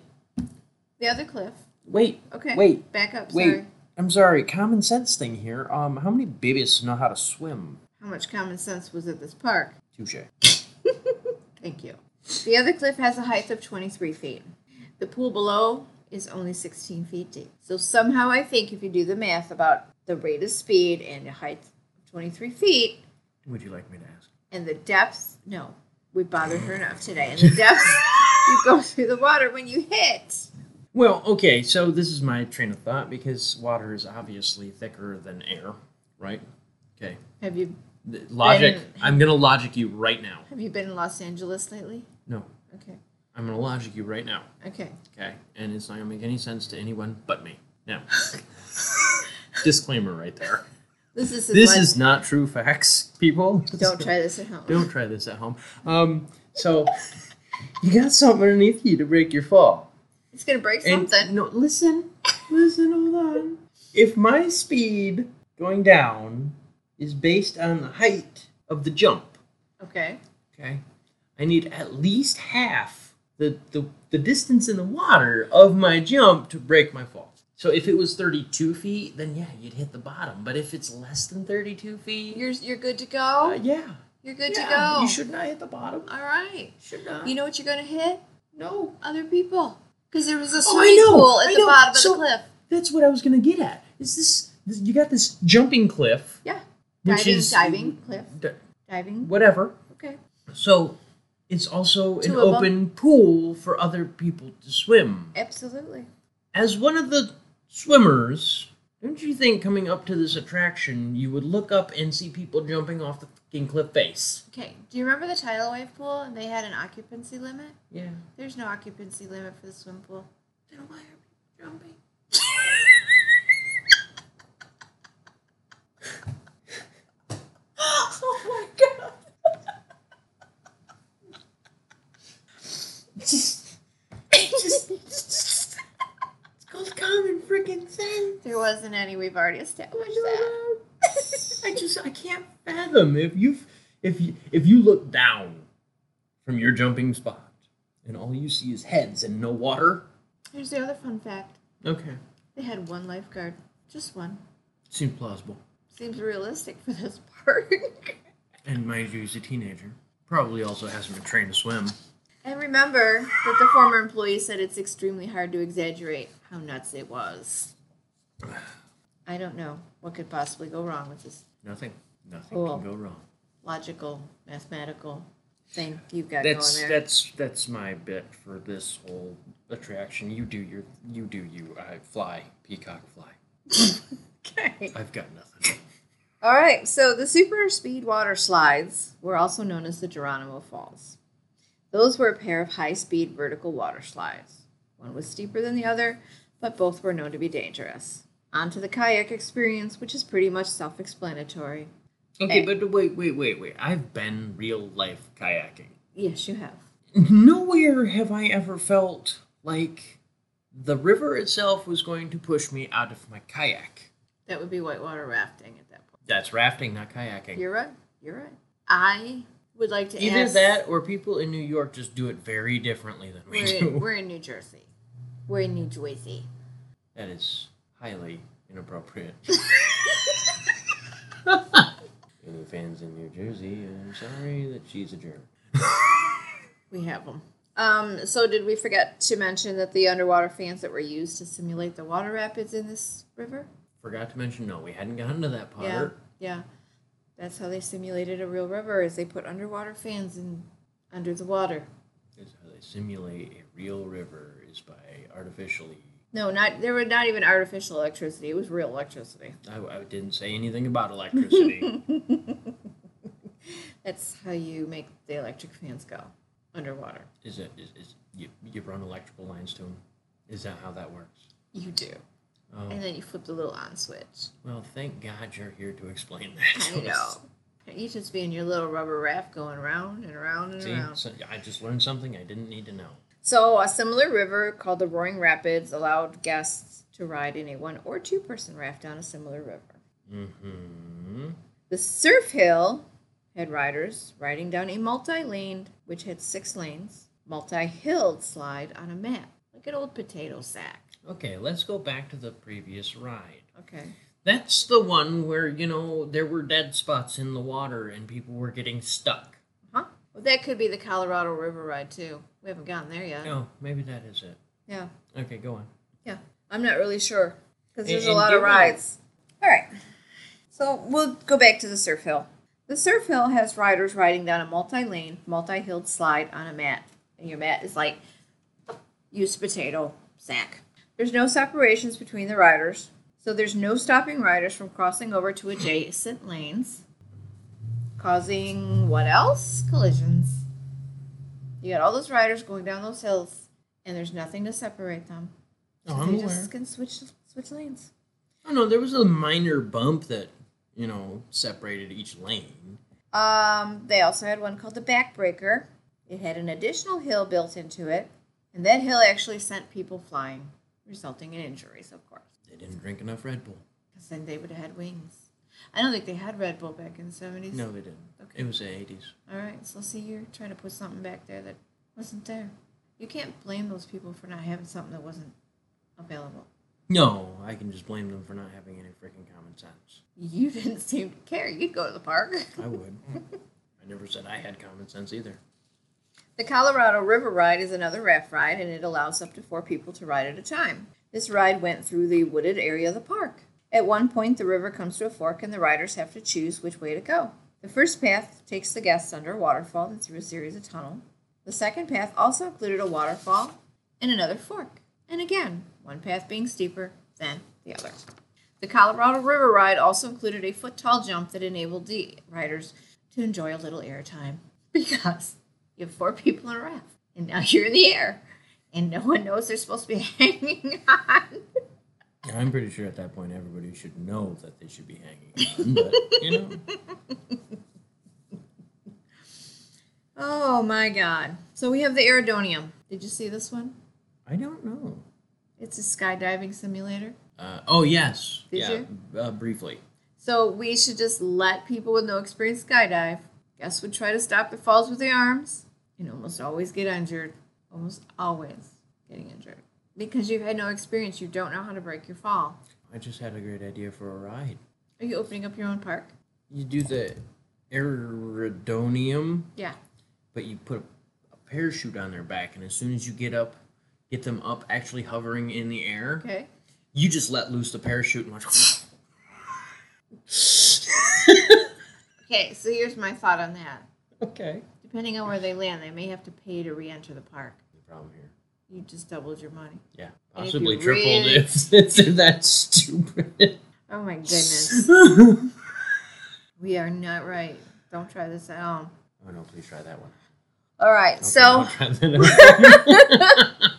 Speaker 3: The other cliff.
Speaker 2: Wait.
Speaker 3: Okay.
Speaker 2: Wait.
Speaker 3: Back up.
Speaker 2: Wait.
Speaker 3: Sorry.
Speaker 2: I'm sorry. Common sense thing here. Um, How many babies know how to swim?
Speaker 3: How much common sense was at this park?
Speaker 2: Touche.
Speaker 3: Thank you. The other cliff has a height of 23 feet. The pool below is only 16 feet deep. So somehow I think if you do the math about the rate of speed and the height of 23 feet
Speaker 2: Would you like me to ask?
Speaker 3: and the depth, no, we bothered her enough today. And the depth you go through the water when you hit.
Speaker 2: Well, okay. So this is my train of thought because water is obviously thicker than air, right? Okay.
Speaker 3: Have you
Speaker 2: The- Logic.
Speaker 3: Then-
Speaker 2: I'm going to logic you right now.
Speaker 3: have you been in Los Angeles lately?
Speaker 2: No.
Speaker 3: Okay.
Speaker 2: I'm going to logic you right now.
Speaker 3: Okay.
Speaker 2: Okay, and it's not gonna make any sense to anyone but me. Now, disclaimer right there.
Speaker 3: This is
Speaker 2: This
Speaker 3: like-
Speaker 2: is not true facts, people.
Speaker 3: don't try this at home.
Speaker 2: Don't try this at home. Um, so you got something underneath you to break your fall.
Speaker 3: It's gonna break
Speaker 2: And
Speaker 3: something.
Speaker 2: no, listen, listen, hold on. If my speed going down is based on the height of the jump,
Speaker 3: Okay.
Speaker 2: okay, I need at least half the, the, the distance in the water of my jump to break my fall. So if it was 32 feet, then yeah, you'd hit the bottom. But if it's less than 32 feet,
Speaker 3: You're you're good to
Speaker 2: uh,
Speaker 3: go.
Speaker 2: yeah.
Speaker 3: You're good to
Speaker 2: yeah,
Speaker 3: go.
Speaker 2: You should not hit the bottom.
Speaker 3: All right.
Speaker 2: Should not.
Speaker 3: You know what you're gonna hit?
Speaker 2: no.
Speaker 3: Other people. Because there was a
Speaker 2: Oh, I
Speaker 3: swimming
Speaker 2: know,
Speaker 3: pool at
Speaker 2: I
Speaker 3: the
Speaker 2: know.
Speaker 3: bottom of
Speaker 2: So-
Speaker 3: the cliff.
Speaker 2: That's what I was going to get at. Is this, this, you got this jumping cliff,
Speaker 3: Yeah.
Speaker 2: which
Speaker 3: diving,
Speaker 2: is.
Speaker 3: diving, cliff,
Speaker 2: d-
Speaker 3: diving.
Speaker 2: whatever.
Speaker 3: Okay.
Speaker 2: So it's also an
Speaker 3: Two of 'em.
Speaker 2: open pool for other people to swim.
Speaker 3: Absolutely.
Speaker 2: as one of the swimmers, don't you think coming up to this attraction, you would look up and see people jumping off the fucking cliff face?
Speaker 3: Okay. Do you remember the tidal wave pool? And they had an occupancy limit.
Speaker 2: Yeah.
Speaker 3: There's no occupancy limit for the swim pool.
Speaker 2: Then why are people jumping?
Speaker 3: oh my god.
Speaker 2: It's called common freaking sense.
Speaker 3: There wasn't any. We've already established that.
Speaker 2: I just I can't fathom if you if you if you look down from your jumping spot and all you see is heads and no water.
Speaker 3: Here's the other fun fact.
Speaker 2: Okay.
Speaker 3: They had one lifeguard. Just one.
Speaker 2: Seems plausible.
Speaker 3: Seems realistic for this park.
Speaker 2: And mind you, he's a teenager. Probably also hasn't been trained to swim.
Speaker 3: And remember that the former employee said it's extremely hard to exaggerate how nuts it was. I don't know what could possibly go wrong with this
Speaker 2: Nothing. Nothing
Speaker 3: Cool.
Speaker 2: can go wrong.
Speaker 3: logical, mathematical thing you've got
Speaker 2: That's
Speaker 3: going there.
Speaker 2: that's that's my bit for this whole attraction. You do your you do you. I fly peacock fly.
Speaker 3: okay.
Speaker 2: I've got nothing.
Speaker 3: All right. So the super speed water slides were also known as the Geronimo Falls. Those were a pair of high speed vertical water slides. One was steeper than the other, but both were known to be dangerous. On to the kayak experience, which is pretty much self explanatory.
Speaker 2: Okay, but wait, wait, wait, wait. I've been real life kayaking.
Speaker 3: Yes, you have.
Speaker 2: Nowhere have I ever felt like the river itself was going to push me out of my kayak.
Speaker 3: That would be whitewater rafting at that point.
Speaker 2: That's rafting, not kayaking.
Speaker 3: You're right. You're right. I would like to
Speaker 2: Either
Speaker 3: ask-
Speaker 2: that or people in New York just do it very differently than we
Speaker 3: We're
Speaker 2: do.
Speaker 3: in, we're in New Jersey. We're in New Jersey.
Speaker 2: That is highly inappropriate. Any fans in New Jersey, I'm sorry that she's a jerk.
Speaker 3: We have them. Um, so did we forget to mention that the underwater fans that were used to simulate the water rapids in this river?
Speaker 2: Forgot to mention, no, we hadn't gotten to that part.
Speaker 3: Yeah, yeah. That's how they simulated a real river is they put underwater fans in under the water.
Speaker 2: Is how they simulate a real river is by artificially.
Speaker 3: No, not there were not even artificial electricity. It was real electricity.
Speaker 2: I, I didn't say anything about electricity.
Speaker 3: That's how you make the electric fans go underwater.
Speaker 2: is it? Is, is you, you run electrical lines to them? Is that how that works?
Speaker 3: You do.
Speaker 2: Oh.
Speaker 3: And then you flip the little on switch.
Speaker 2: Well, thank God you're here to explain that.
Speaker 3: I
Speaker 2: to
Speaker 3: know.
Speaker 2: us.
Speaker 3: You just be in your little rubber raft going round and around and
Speaker 2: See,
Speaker 3: around.
Speaker 2: so, I just learned something I didn't need to know.
Speaker 3: So, a similar river called the Roaring Rapids allowed guests to ride in a one or two person raft down a similar river.
Speaker 2: Mm-hmm.
Speaker 3: The Surf Hill had riders riding down a multi laned, which had six lanes, multi hilled slide on a map, like an old potato sack.
Speaker 2: Okay, let's go back to the previous ride.
Speaker 3: Okay.
Speaker 2: That's the one where, you know, there were dead spots in the water and people were getting stuck.
Speaker 3: Huh? Well, that could be the Colorado River ride, too. We haven't gotten there yet.
Speaker 2: Oh, maybe that is it.
Speaker 3: Yeah.
Speaker 2: Okay, go on.
Speaker 3: Yeah, I'm not really sure because there's
Speaker 2: And-
Speaker 3: a lot
Speaker 2: and give
Speaker 3: of
Speaker 2: them-
Speaker 3: rides. All right, so we'll go back to the surf hill. The surf hill has riders riding down a multi-lane, multi-hilled slide on a mat, and your mat is like used potato sack. There's no separations between the riders, so there's no stopping riders from crossing over to adjacent lanes, causing what else? Collisions. You got all those riders going down those hills, and there's nothing to separate them.
Speaker 2: Oh,
Speaker 3: So
Speaker 2: I'm
Speaker 3: they
Speaker 2: aware.
Speaker 3: just can switch switch lanes.
Speaker 2: Oh, no, there was a minor bump that, you know, separated each lane.
Speaker 3: Um, they also had one called the Backbreaker. It had an additional hill built into it, and that hill actually sent people flying, resulting in injuries, of course,
Speaker 2: They didn't drink enough Red Bull.
Speaker 3: because then they would have had wings. I don't think they had Red Bull back in the seventies.
Speaker 2: No, they didn't.
Speaker 3: Okay.
Speaker 2: It was the 80s.
Speaker 3: All right, so see, you're trying to put something back there that wasn't there. You can't blame those people for not having something that wasn't available.
Speaker 2: No, I can just blame them for not having any freaking common sense.
Speaker 3: You didn't seem to care. You'd go to the park.
Speaker 2: I would. I never said I had common sense either.
Speaker 3: The Colorado River Ride is another raft ride, and it allows up to four people to ride at a time. This ride went through the wooded area of the park. At one point, the river comes to a fork, and the riders have to choose which way to go. The first path takes the guests under a waterfall and through a series of tunnels. The second path also included a waterfall and another fork, and again, one path being steeper than the other. The Colorado River Ride also included a foot tall jump that enabled the riders to enjoy a little airtime because you have four people in a raft and now you're in the air and no one knows they're supposed to be hanging on.
Speaker 2: I'm pretty sure at that point everybody should know that they should be hanging on, but, you know.
Speaker 3: Oh my god. So we have the Aerodonium. Did you see this one?
Speaker 2: I don't know.
Speaker 3: It's a skydiving simulator.
Speaker 2: Uh, oh, yes.
Speaker 3: Did
Speaker 2: yeah, Uh, briefly.
Speaker 3: So we should just let people with no experience skydive. Guests would try to stop the falls with their arms and almost always get injured. Almost always getting injured. Because you've had no experience, you don't know how to break your fall.
Speaker 2: I just had a great idea for a ride.
Speaker 3: Are you opening up your own park?
Speaker 2: You do the aerodonium,
Speaker 3: Yeah.
Speaker 2: but you put a, a parachute on their back, and as soon as you get up, get them up, actually hovering in the air,
Speaker 3: Okay.
Speaker 2: you just let loose the parachute and watch.
Speaker 3: Okay, so here's my thought on that.
Speaker 2: okay.
Speaker 3: Depending on where they land, they may have to pay to re enter the park.
Speaker 2: The problem here.
Speaker 3: You just doubled your money.
Speaker 2: Yeah.
Speaker 3: And if
Speaker 2: Possibly
Speaker 3: you
Speaker 2: tripled
Speaker 3: really-
Speaker 2: if, if they're that stupid.
Speaker 3: Oh my goodness. we are not right. Don't try this at home.
Speaker 2: Oh no, please try that one.
Speaker 3: All right,
Speaker 2: Okay,
Speaker 3: so
Speaker 2: don't try that one.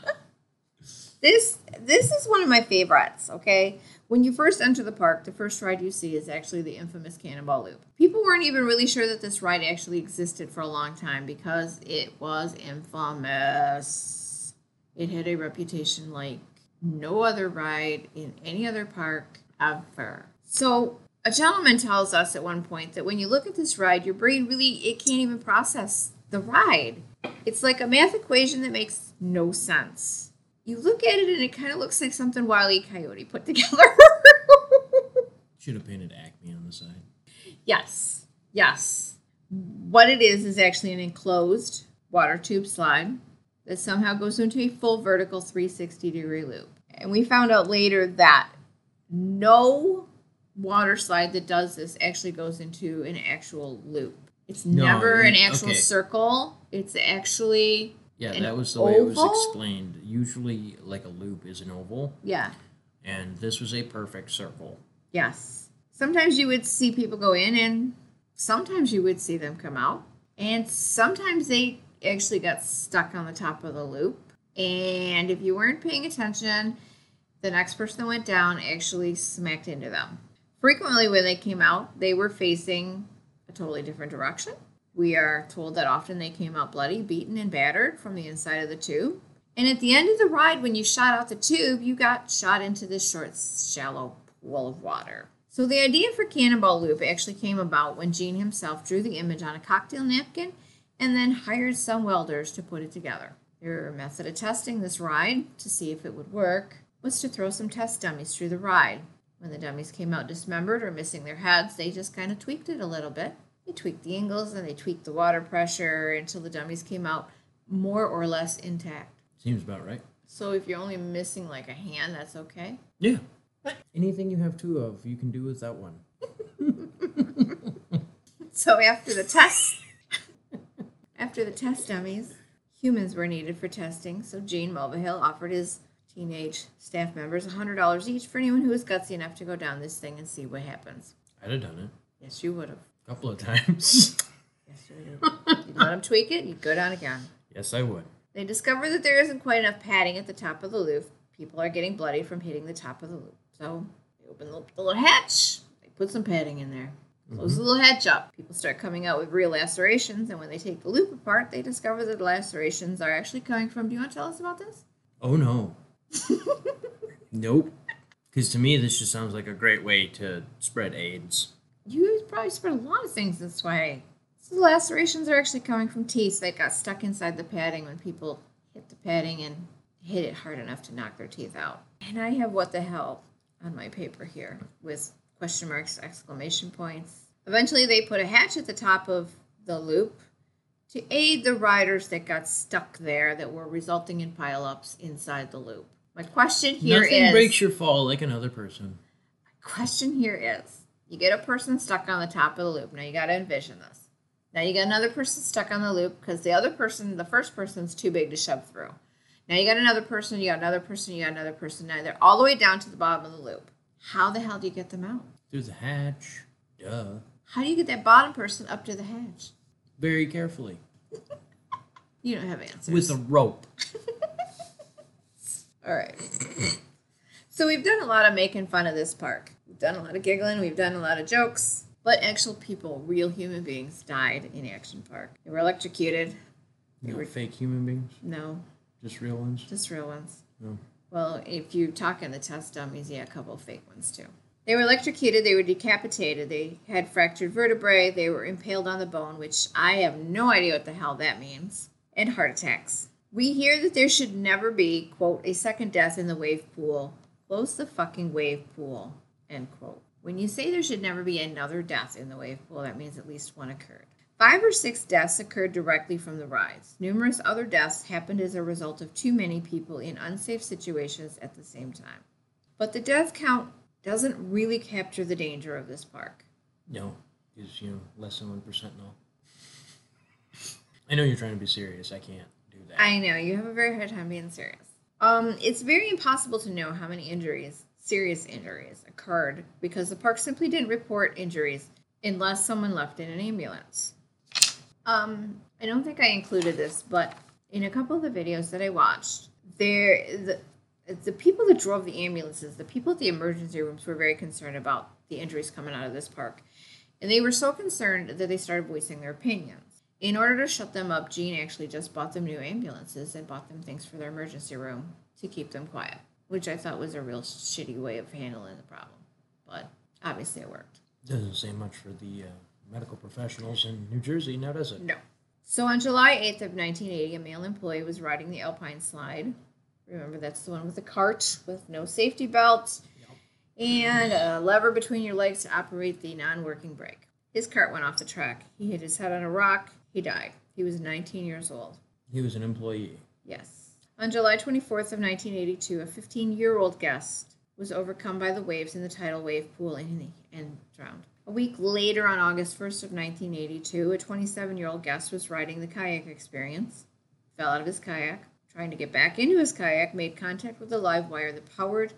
Speaker 3: this this is one of my favorites, okay? When you first enter the park, the first ride you see is actually the infamous Cannonball Loop. People weren't even really sure that this ride actually existed for a long time because it was infamous. It had a reputation like no other ride in any other park ever. So a gentleman tells us at one point that when you look at this ride, your brain really it can't even process the ride. It's like a math equation that makes no sense. You look at it and it kind of looks like something Wile E. Coyote put together.
Speaker 2: Should have painted Acme on the side.
Speaker 3: yes, yes. What it is is actually an enclosed water tube slide that somehow goes into a full vertical 360 degree loop. And we found out later that no water slide that does this actually goes into an actual loop. It's
Speaker 2: No,
Speaker 3: never
Speaker 2: it-
Speaker 3: an actual
Speaker 2: okay.
Speaker 3: circle. It's actually
Speaker 2: Yeah,
Speaker 3: An
Speaker 2: that was the way it was
Speaker 3: oval?
Speaker 2: explained. Usually, like a loop is an oval,
Speaker 3: yeah,
Speaker 2: and this was a perfect circle.
Speaker 3: yes. Sometimes you would see people go in and sometimes you would see them come out. And sometimes they actually got stuck on the top of the loop. And if you weren't paying attention, the next person that went down actually smacked into them. Frequently, when they came out, they were facing a totally different direction. We are told that often they came out bloody, beaten, and battered from the inside of the tube. And at the end of the ride, when you shot out the tube, you got shot into this short, shallow pool of water. So, the idea for Cannonball Loop actually came about when Gene himself drew the image on a cocktail napkin and then hired some welders to put it together. Their method of testing this ride to see if it would work was to throw some test dummies through the ride. When the dummies came out dismembered or missing their heads, they just kind of tweaked it a little bit. They tweaked the angles and they tweaked the water pressure until the dummies came out more or less intact.
Speaker 2: Seems about right.
Speaker 3: So if you're only missing like a hand, that's okay.
Speaker 2: Yeah. Anything you have two of, you can do with that one.
Speaker 3: So after the test, after the test dummies, humans were needed for testing. So Gene Mulvihill offered his teenage staff members $100 each for anyone who was gutsy enough to go down this thing and see what happens.
Speaker 2: I'd have done it
Speaker 3: Yes, you would have.
Speaker 2: a couple of times.
Speaker 3: Yes, you would have. You'd let him tweak it. You'd go down again.
Speaker 2: yes, I would.
Speaker 3: They discover that there isn't quite enough padding at the top of the loop. People are getting bloody from hitting the top of the loop. So they open the, the little hatch. They put some padding in there. Close the little hatch up. People start coming out with real lacerations, and when they take the loop apart, they discover that the lacerations are actually coming from. Do you want to tell us about this?
Speaker 2: Oh no. nope. Because to me, this just sounds like a great way to spread AIDS.
Speaker 3: You probably spread a lot of things this way. So the lacerations are actually coming from teeth that got stuck inside the padding when people hit the padding and hit it hard enough to knock their teeth out. And I have what the hell on my paper here with question marks, exclamation points. Eventually, they put a hatch at the top of the loop to aid the riders that got stuck there that were resulting in pileups inside the loop. My question here is
Speaker 2: Nothing breaks your fall like another person.
Speaker 3: question here is you get a person stuck on the top of the loop. Now you got to envision this. Now you got another person stuck on the loop because the other person, the first person's too big to shove through. Now you got another person, you got another person, you got another person. Now they're all the way down to the bottom of the loop. How the hell do you get them out?
Speaker 2: Through the hatch. Duh.
Speaker 3: How do you get that bottom person up to the hatch?
Speaker 2: Very carefully.
Speaker 3: You don't have answers.
Speaker 2: With a rope.
Speaker 3: All right. So we've done a lot of making fun of this park. We've done a lot of giggling. We've done a lot of jokes. But actual people, real human beings, died in Action Park. They were electrocuted.
Speaker 2: You know, fake human beings.
Speaker 3: No,
Speaker 2: Just real ones.
Speaker 3: just real ones.
Speaker 2: No.
Speaker 3: Well, if you talk in the test dummies, yeah, a couple of fake ones too. They were electrocuted. They were decapitated. They had fractured vertebrae. They were impaled on the bone, which I have no idea what the hell that means. And heart attacks. We hear that there should never be quote a second death in the wave pool. Close the fucking wave pool. End quote. When you say there should never be another death in the wave pool, that means at least one occurred. Five or six deaths occurred directly from the rides. Numerous other deaths happened as a result of too many people in unsafe situations at the same time. But the death count doesn't really capture the danger of this park.
Speaker 2: No. Because, you know, less than 1% no. I know you're trying to be serious. I can't do that.
Speaker 3: I know you have a very hard time being serious. Um, it's very impossible to know how many injuries, serious injuries, occurred because the park simply didn't report injuries unless someone left in an ambulance. Um, I don't think I included this, but in a couple of the videos that I watched, there the the people that drove the ambulances, the people at the emergency rooms were very concerned about the injuries coming out of this park. And they were so concerned that they started voicing their opinions. In order to shut them up, Gene actually just bought them new ambulances and bought them things for their emergency room to keep them quiet, which I thought was a real shitty way of handling the problem. But obviously it worked.
Speaker 2: Doesn't say much for the uh, medical professionals in New Jersey now, does it?
Speaker 3: No. So on July 8th of 1980, a male employee was riding the Alpine slide. Remember, that's the one with the cart with no safety belt and a lever between your legs to operate the non working brake. His cart went off the track. He hit his head on a rock. He died. He He was 19 years old.
Speaker 2: He was an employee.
Speaker 3: Yes. On July 24th of 1982, a 15-year-old guest was overcome by the waves in the tidal wave pool and, and drowned. A week later, on August 1st of 1982, a 27-year-old guest was riding the kayak experience, fell out of his kayak, trying to get back into his kayak, made contact with a live wire that powered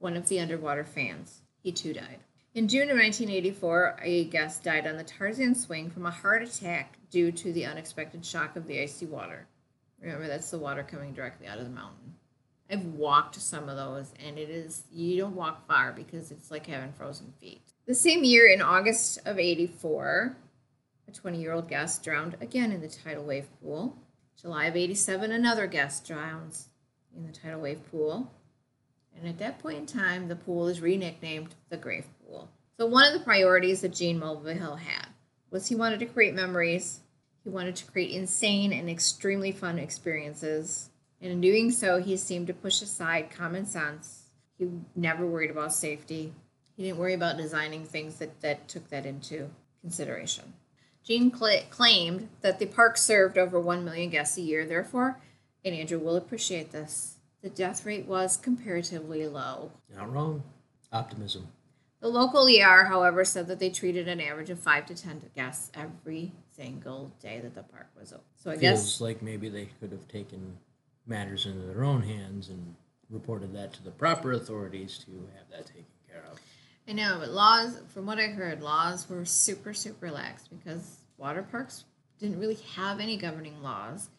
Speaker 3: one of the underwater fans. He too died. In June of 1984, a guest died on the Tarzan swing from a heart attack due to the unexpected shock of the icy water. Remember, that's the water coming directly out of the mountain. I've walked some of those, and it is, you don't walk far because it's like having frozen feet. The same year, in August of 84, a 20 year old guest drowned again in the tidal wave pool. July of 87, another guest drowns in the tidal wave pool. And at that point in time, the pool is re-nicknamed the Grave Pool. So one of the priorities that Gene Mulvihill had was he wanted to create memories. He wanted to create insane and extremely fun experiences. And in doing so, he seemed to push aside common sense. He never worried about safety. He didn't worry about designing things that, that took that into consideration. Gene cl- claimed that the park served over 1 million guests a year. Therefore, and Andrew will appreciate this, the death rate was comparatively low.
Speaker 2: Not wrong. Optimism.
Speaker 3: The local ER, however, said that they treated an average of five to ten guests every single day that the park was open. So I
Speaker 2: Feels
Speaker 3: guess
Speaker 2: like maybe they could have taken matters into their own hands and reported that to the proper authorities to have that taken care of.
Speaker 3: I know, but laws, from what I heard, laws were super super lax because water parks didn't really have any governing laws.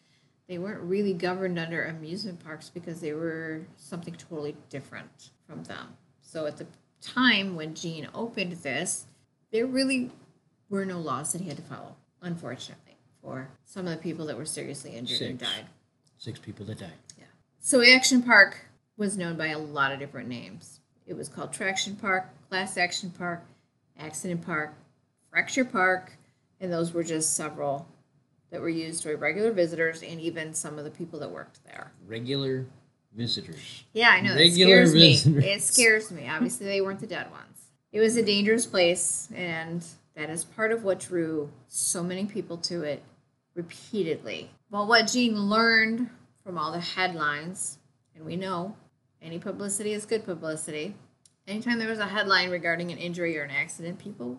Speaker 3: They weren't really governed under amusement parks because they were something totally different from them. So at the time when Gene opened this, there really were no laws that he had to follow, unfortunately, for some of the people that were seriously injured and
Speaker 2: Six.
Speaker 3: died.
Speaker 2: Six people that died.
Speaker 3: So Action Park was known by a lot of different names. It was called Traction Park, Class Action Park, Accident Park, Fracture Park, and those were just several that were used by regular visitors and even some of the people that worked there.
Speaker 2: Regular visitors.
Speaker 3: Yeah, I know. It
Speaker 2: Regular
Speaker 3: scares
Speaker 2: visitors.
Speaker 3: me. It scares me. Obviously, they weren't the dead ones. It was a dangerous place, and that is part of what drew so many people to it repeatedly. Well, what Gene learned from all the headlines, and we know any publicity is good publicity. Anytime there was a headline regarding an injury or an accident, people,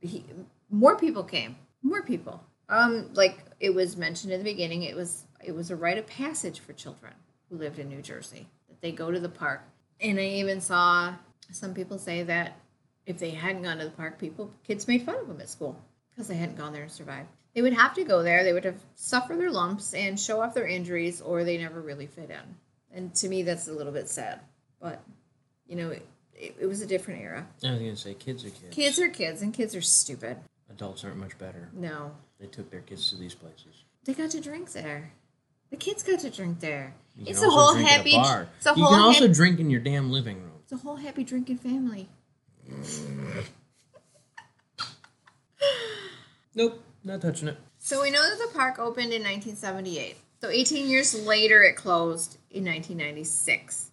Speaker 3: he, more people came, more people. Um, like it was mentioned in the beginning, it was it was a rite of passage for children who lived in New Jersey that they go to the park. And I even saw some people say that if they hadn't gone to the park, people kids made fun of them at school because they hadn't gone there and survived. They would have to go there. They would have suffer their lumps and show off their injuries, or they never really fit in. And to me, that's a little bit sad. But you know, it, it, it was a different era.
Speaker 2: I was going to say kids are kids.
Speaker 3: Kids are kids, and kids are stupid.
Speaker 2: Adults aren't much better.
Speaker 3: No,
Speaker 2: They took their kids to these places.
Speaker 3: they got to drink there. The kids got to drink there.
Speaker 2: You
Speaker 3: it's
Speaker 2: can
Speaker 3: a
Speaker 2: also
Speaker 3: whole
Speaker 2: drink at
Speaker 3: happy.
Speaker 2: bar.
Speaker 3: It's a
Speaker 2: you
Speaker 3: whole.
Speaker 2: can also
Speaker 3: hap-
Speaker 2: drink in your damn living room.
Speaker 3: It's a whole happy drinking family.
Speaker 2: Nope, not touching it.
Speaker 3: So we know that the park opened in 1978. So 18 years later, it closed in 1996.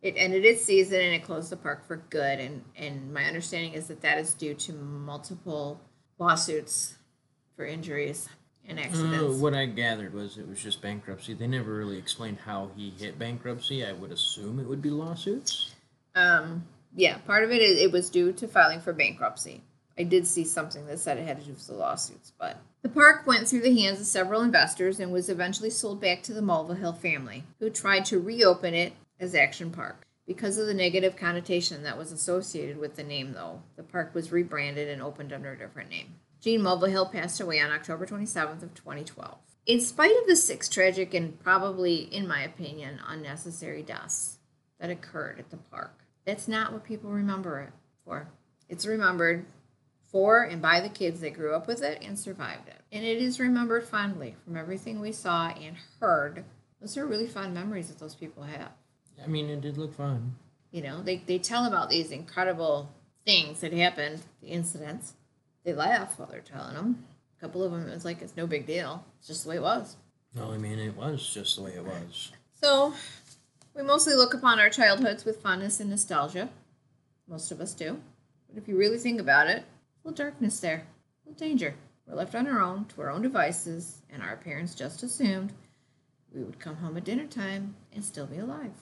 Speaker 3: It ended its season and it closed the park for good. And, and my understanding is that that is due to multiple lawsuits for injuries and
Speaker 2: Uh,
Speaker 3: accidents.
Speaker 2: what I gathered was it was just bankruptcy. They never really explained how he hit bankruptcy. I would assume it would be lawsuits.
Speaker 3: um, yeah, part of it is it was due to filing for bankruptcy. I did see something that said it had to do with the lawsuits, but the park went through the hands of several investors and was eventually sold back to the Mulvihill family, who tried to reopen it as Action Park. Because of the negative connotation that was associated with the name, though, the park was rebranded and opened under a different name. Gene Mulvihill passed away on October 27th of 2012. In spite of the six tragic and probably, in my opinion, unnecessary deaths, that occurred at the park. That's not what people remember it for. It's remembered for and by the kids that grew up with it and survived it. And it is remembered fondly from everything we saw and heard. Those are really fond memories that those people have.
Speaker 2: I mean, it did look fun.
Speaker 3: You know, they, they tell about these incredible things that happened, the incidents. They laugh while they're telling them. A couple of them, it was like, it's no big deal. It's just the way it was.
Speaker 2: No, I mean, it was just the way it was.
Speaker 3: So, we mostly look upon our childhoods with fondness and nostalgia. Most of us do. But if you really think about it, a little darkness there, a little danger, We're left on our own, to our own devices, and our parents just assumed we would come home at dinner time and still be alive.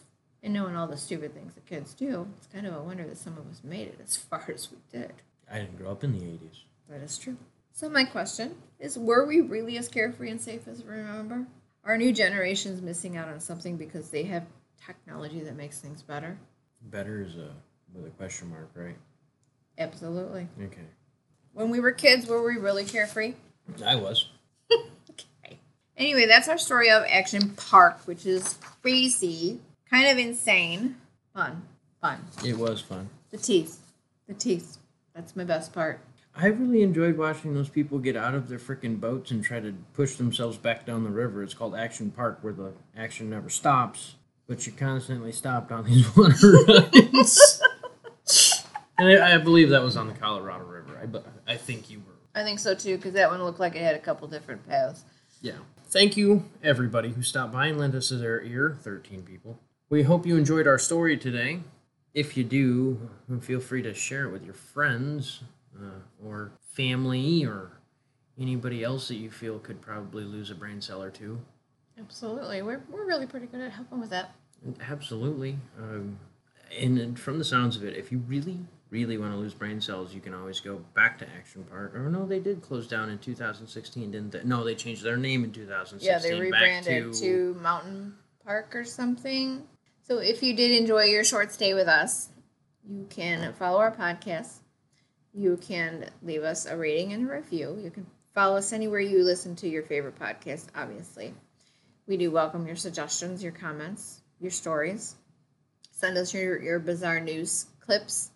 Speaker 3: And knowing all the stupid things that kids do, it's kind of a wonder that some of us made it as far as we did.
Speaker 2: I didn't grow up in the 80s.
Speaker 3: That is true. So my question is were we really as carefree and safe as we remember? Are new generations missing out on something because they have technology that makes things better?
Speaker 2: Better is a with a question mark, right?
Speaker 3: Absolutely.
Speaker 2: Okay.
Speaker 3: When we were kids, were we really carefree?
Speaker 2: I was.
Speaker 3: Okay. Anyway, that's our story of Action Park, which is crazy, kind of insane, fun, fun.
Speaker 2: It was fun.
Speaker 3: The teeth, the teeth. That's my best part.
Speaker 2: I really enjoyed watching those people get out of their freaking boats and try to push themselves back down the river. It's called Action Park, where the action never stops, but you're constantly stopped on these water rides. and I, I believe that was on the Colorado River. I, bu- I think you were.
Speaker 3: I think so too, because that one looked like it had a couple different paths.
Speaker 2: Yeah. Thank you, everybody who stopped by and lent us their ear. 13 people. We hope you enjoyed our story today. If you do, feel free to share it with your friends uh, or family or anybody else that you feel could probably lose a brain cell or two.
Speaker 3: Absolutely. We're, we're really pretty good at helping with that.
Speaker 2: Absolutely. Um, and, and from the sounds of it, if you really, really want to lose brain cells, you can always go back to Action Park. Or no, they did close down in 2016, didn't they? No, they changed their name in 2016.
Speaker 3: Yeah, they
Speaker 2: back
Speaker 3: rebranded to... Mountain Park or something. So if you did enjoy your short stay with us, you can follow our podcast. You can leave us a rating and a review. You can follow us anywhere you listen to your favorite podcast, obviously. We do welcome your suggestions, your comments, your stories. Send us your, your bizarre news clips,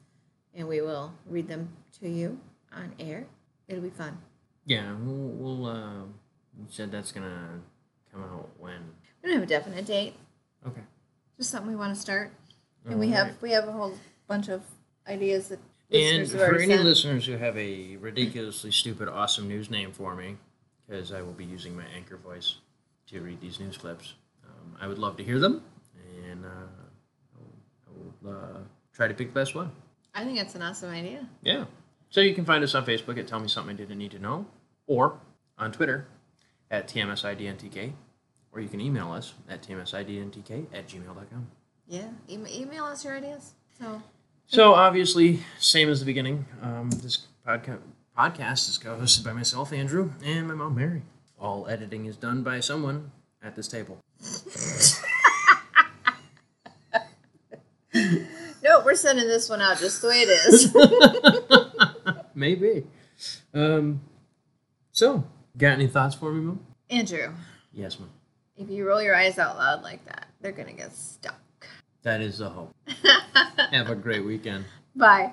Speaker 3: and we will read them to you on air. It'll be fun.
Speaker 2: Yeah, we'll. we'll uh, you said that's gonna come out when?
Speaker 3: We don't have a definite date.
Speaker 2: Okay.
Speaker 3: just something we want to start. And we have we have a whole bunch of ideas that
Speaker 2: And
Speaker 3: listeners have
Speaker 2: for
Speaker 3: already
Speaker 2: any
Speaker 3: sent.
Speaker 2: listeners who have a ridiculously stupid, awesome news name for me, because I will be using my anchor voice to read these news clips, um, I would love to hear them, and uh, I will uh, try to pick the best one.
Speaker 3: I think that's an awesome idea.
Speaker 2: Yeah. So you can find us on Facebook at Tell Me Something I Didn't Need to Know, or on Twitter at TMSIDNTK, or you can email us at TMSIDNTK at gmail.com.
Speaker 3: Yeah, e- email us your ideas. So
Speaker 2: So obviously, same as the beginning, um, this podca- podcast is co-hosted by myself, Andrew, and my mom, Mary. All editing is done by someone at this table.
Speaker 3: no, we're sending this one out just the way it is.
Speaker 2: Maybe. Um, so, got any thoughts for me, mom?
Speaker 3: Andrew,
Speaker 2: Yes, mom.
Speaker 3: if you roll your eyes out loud like that, they're gonna get stuck.
Speaker 2: That is the hope. Have a great weekend.
Speaker 3: Bye.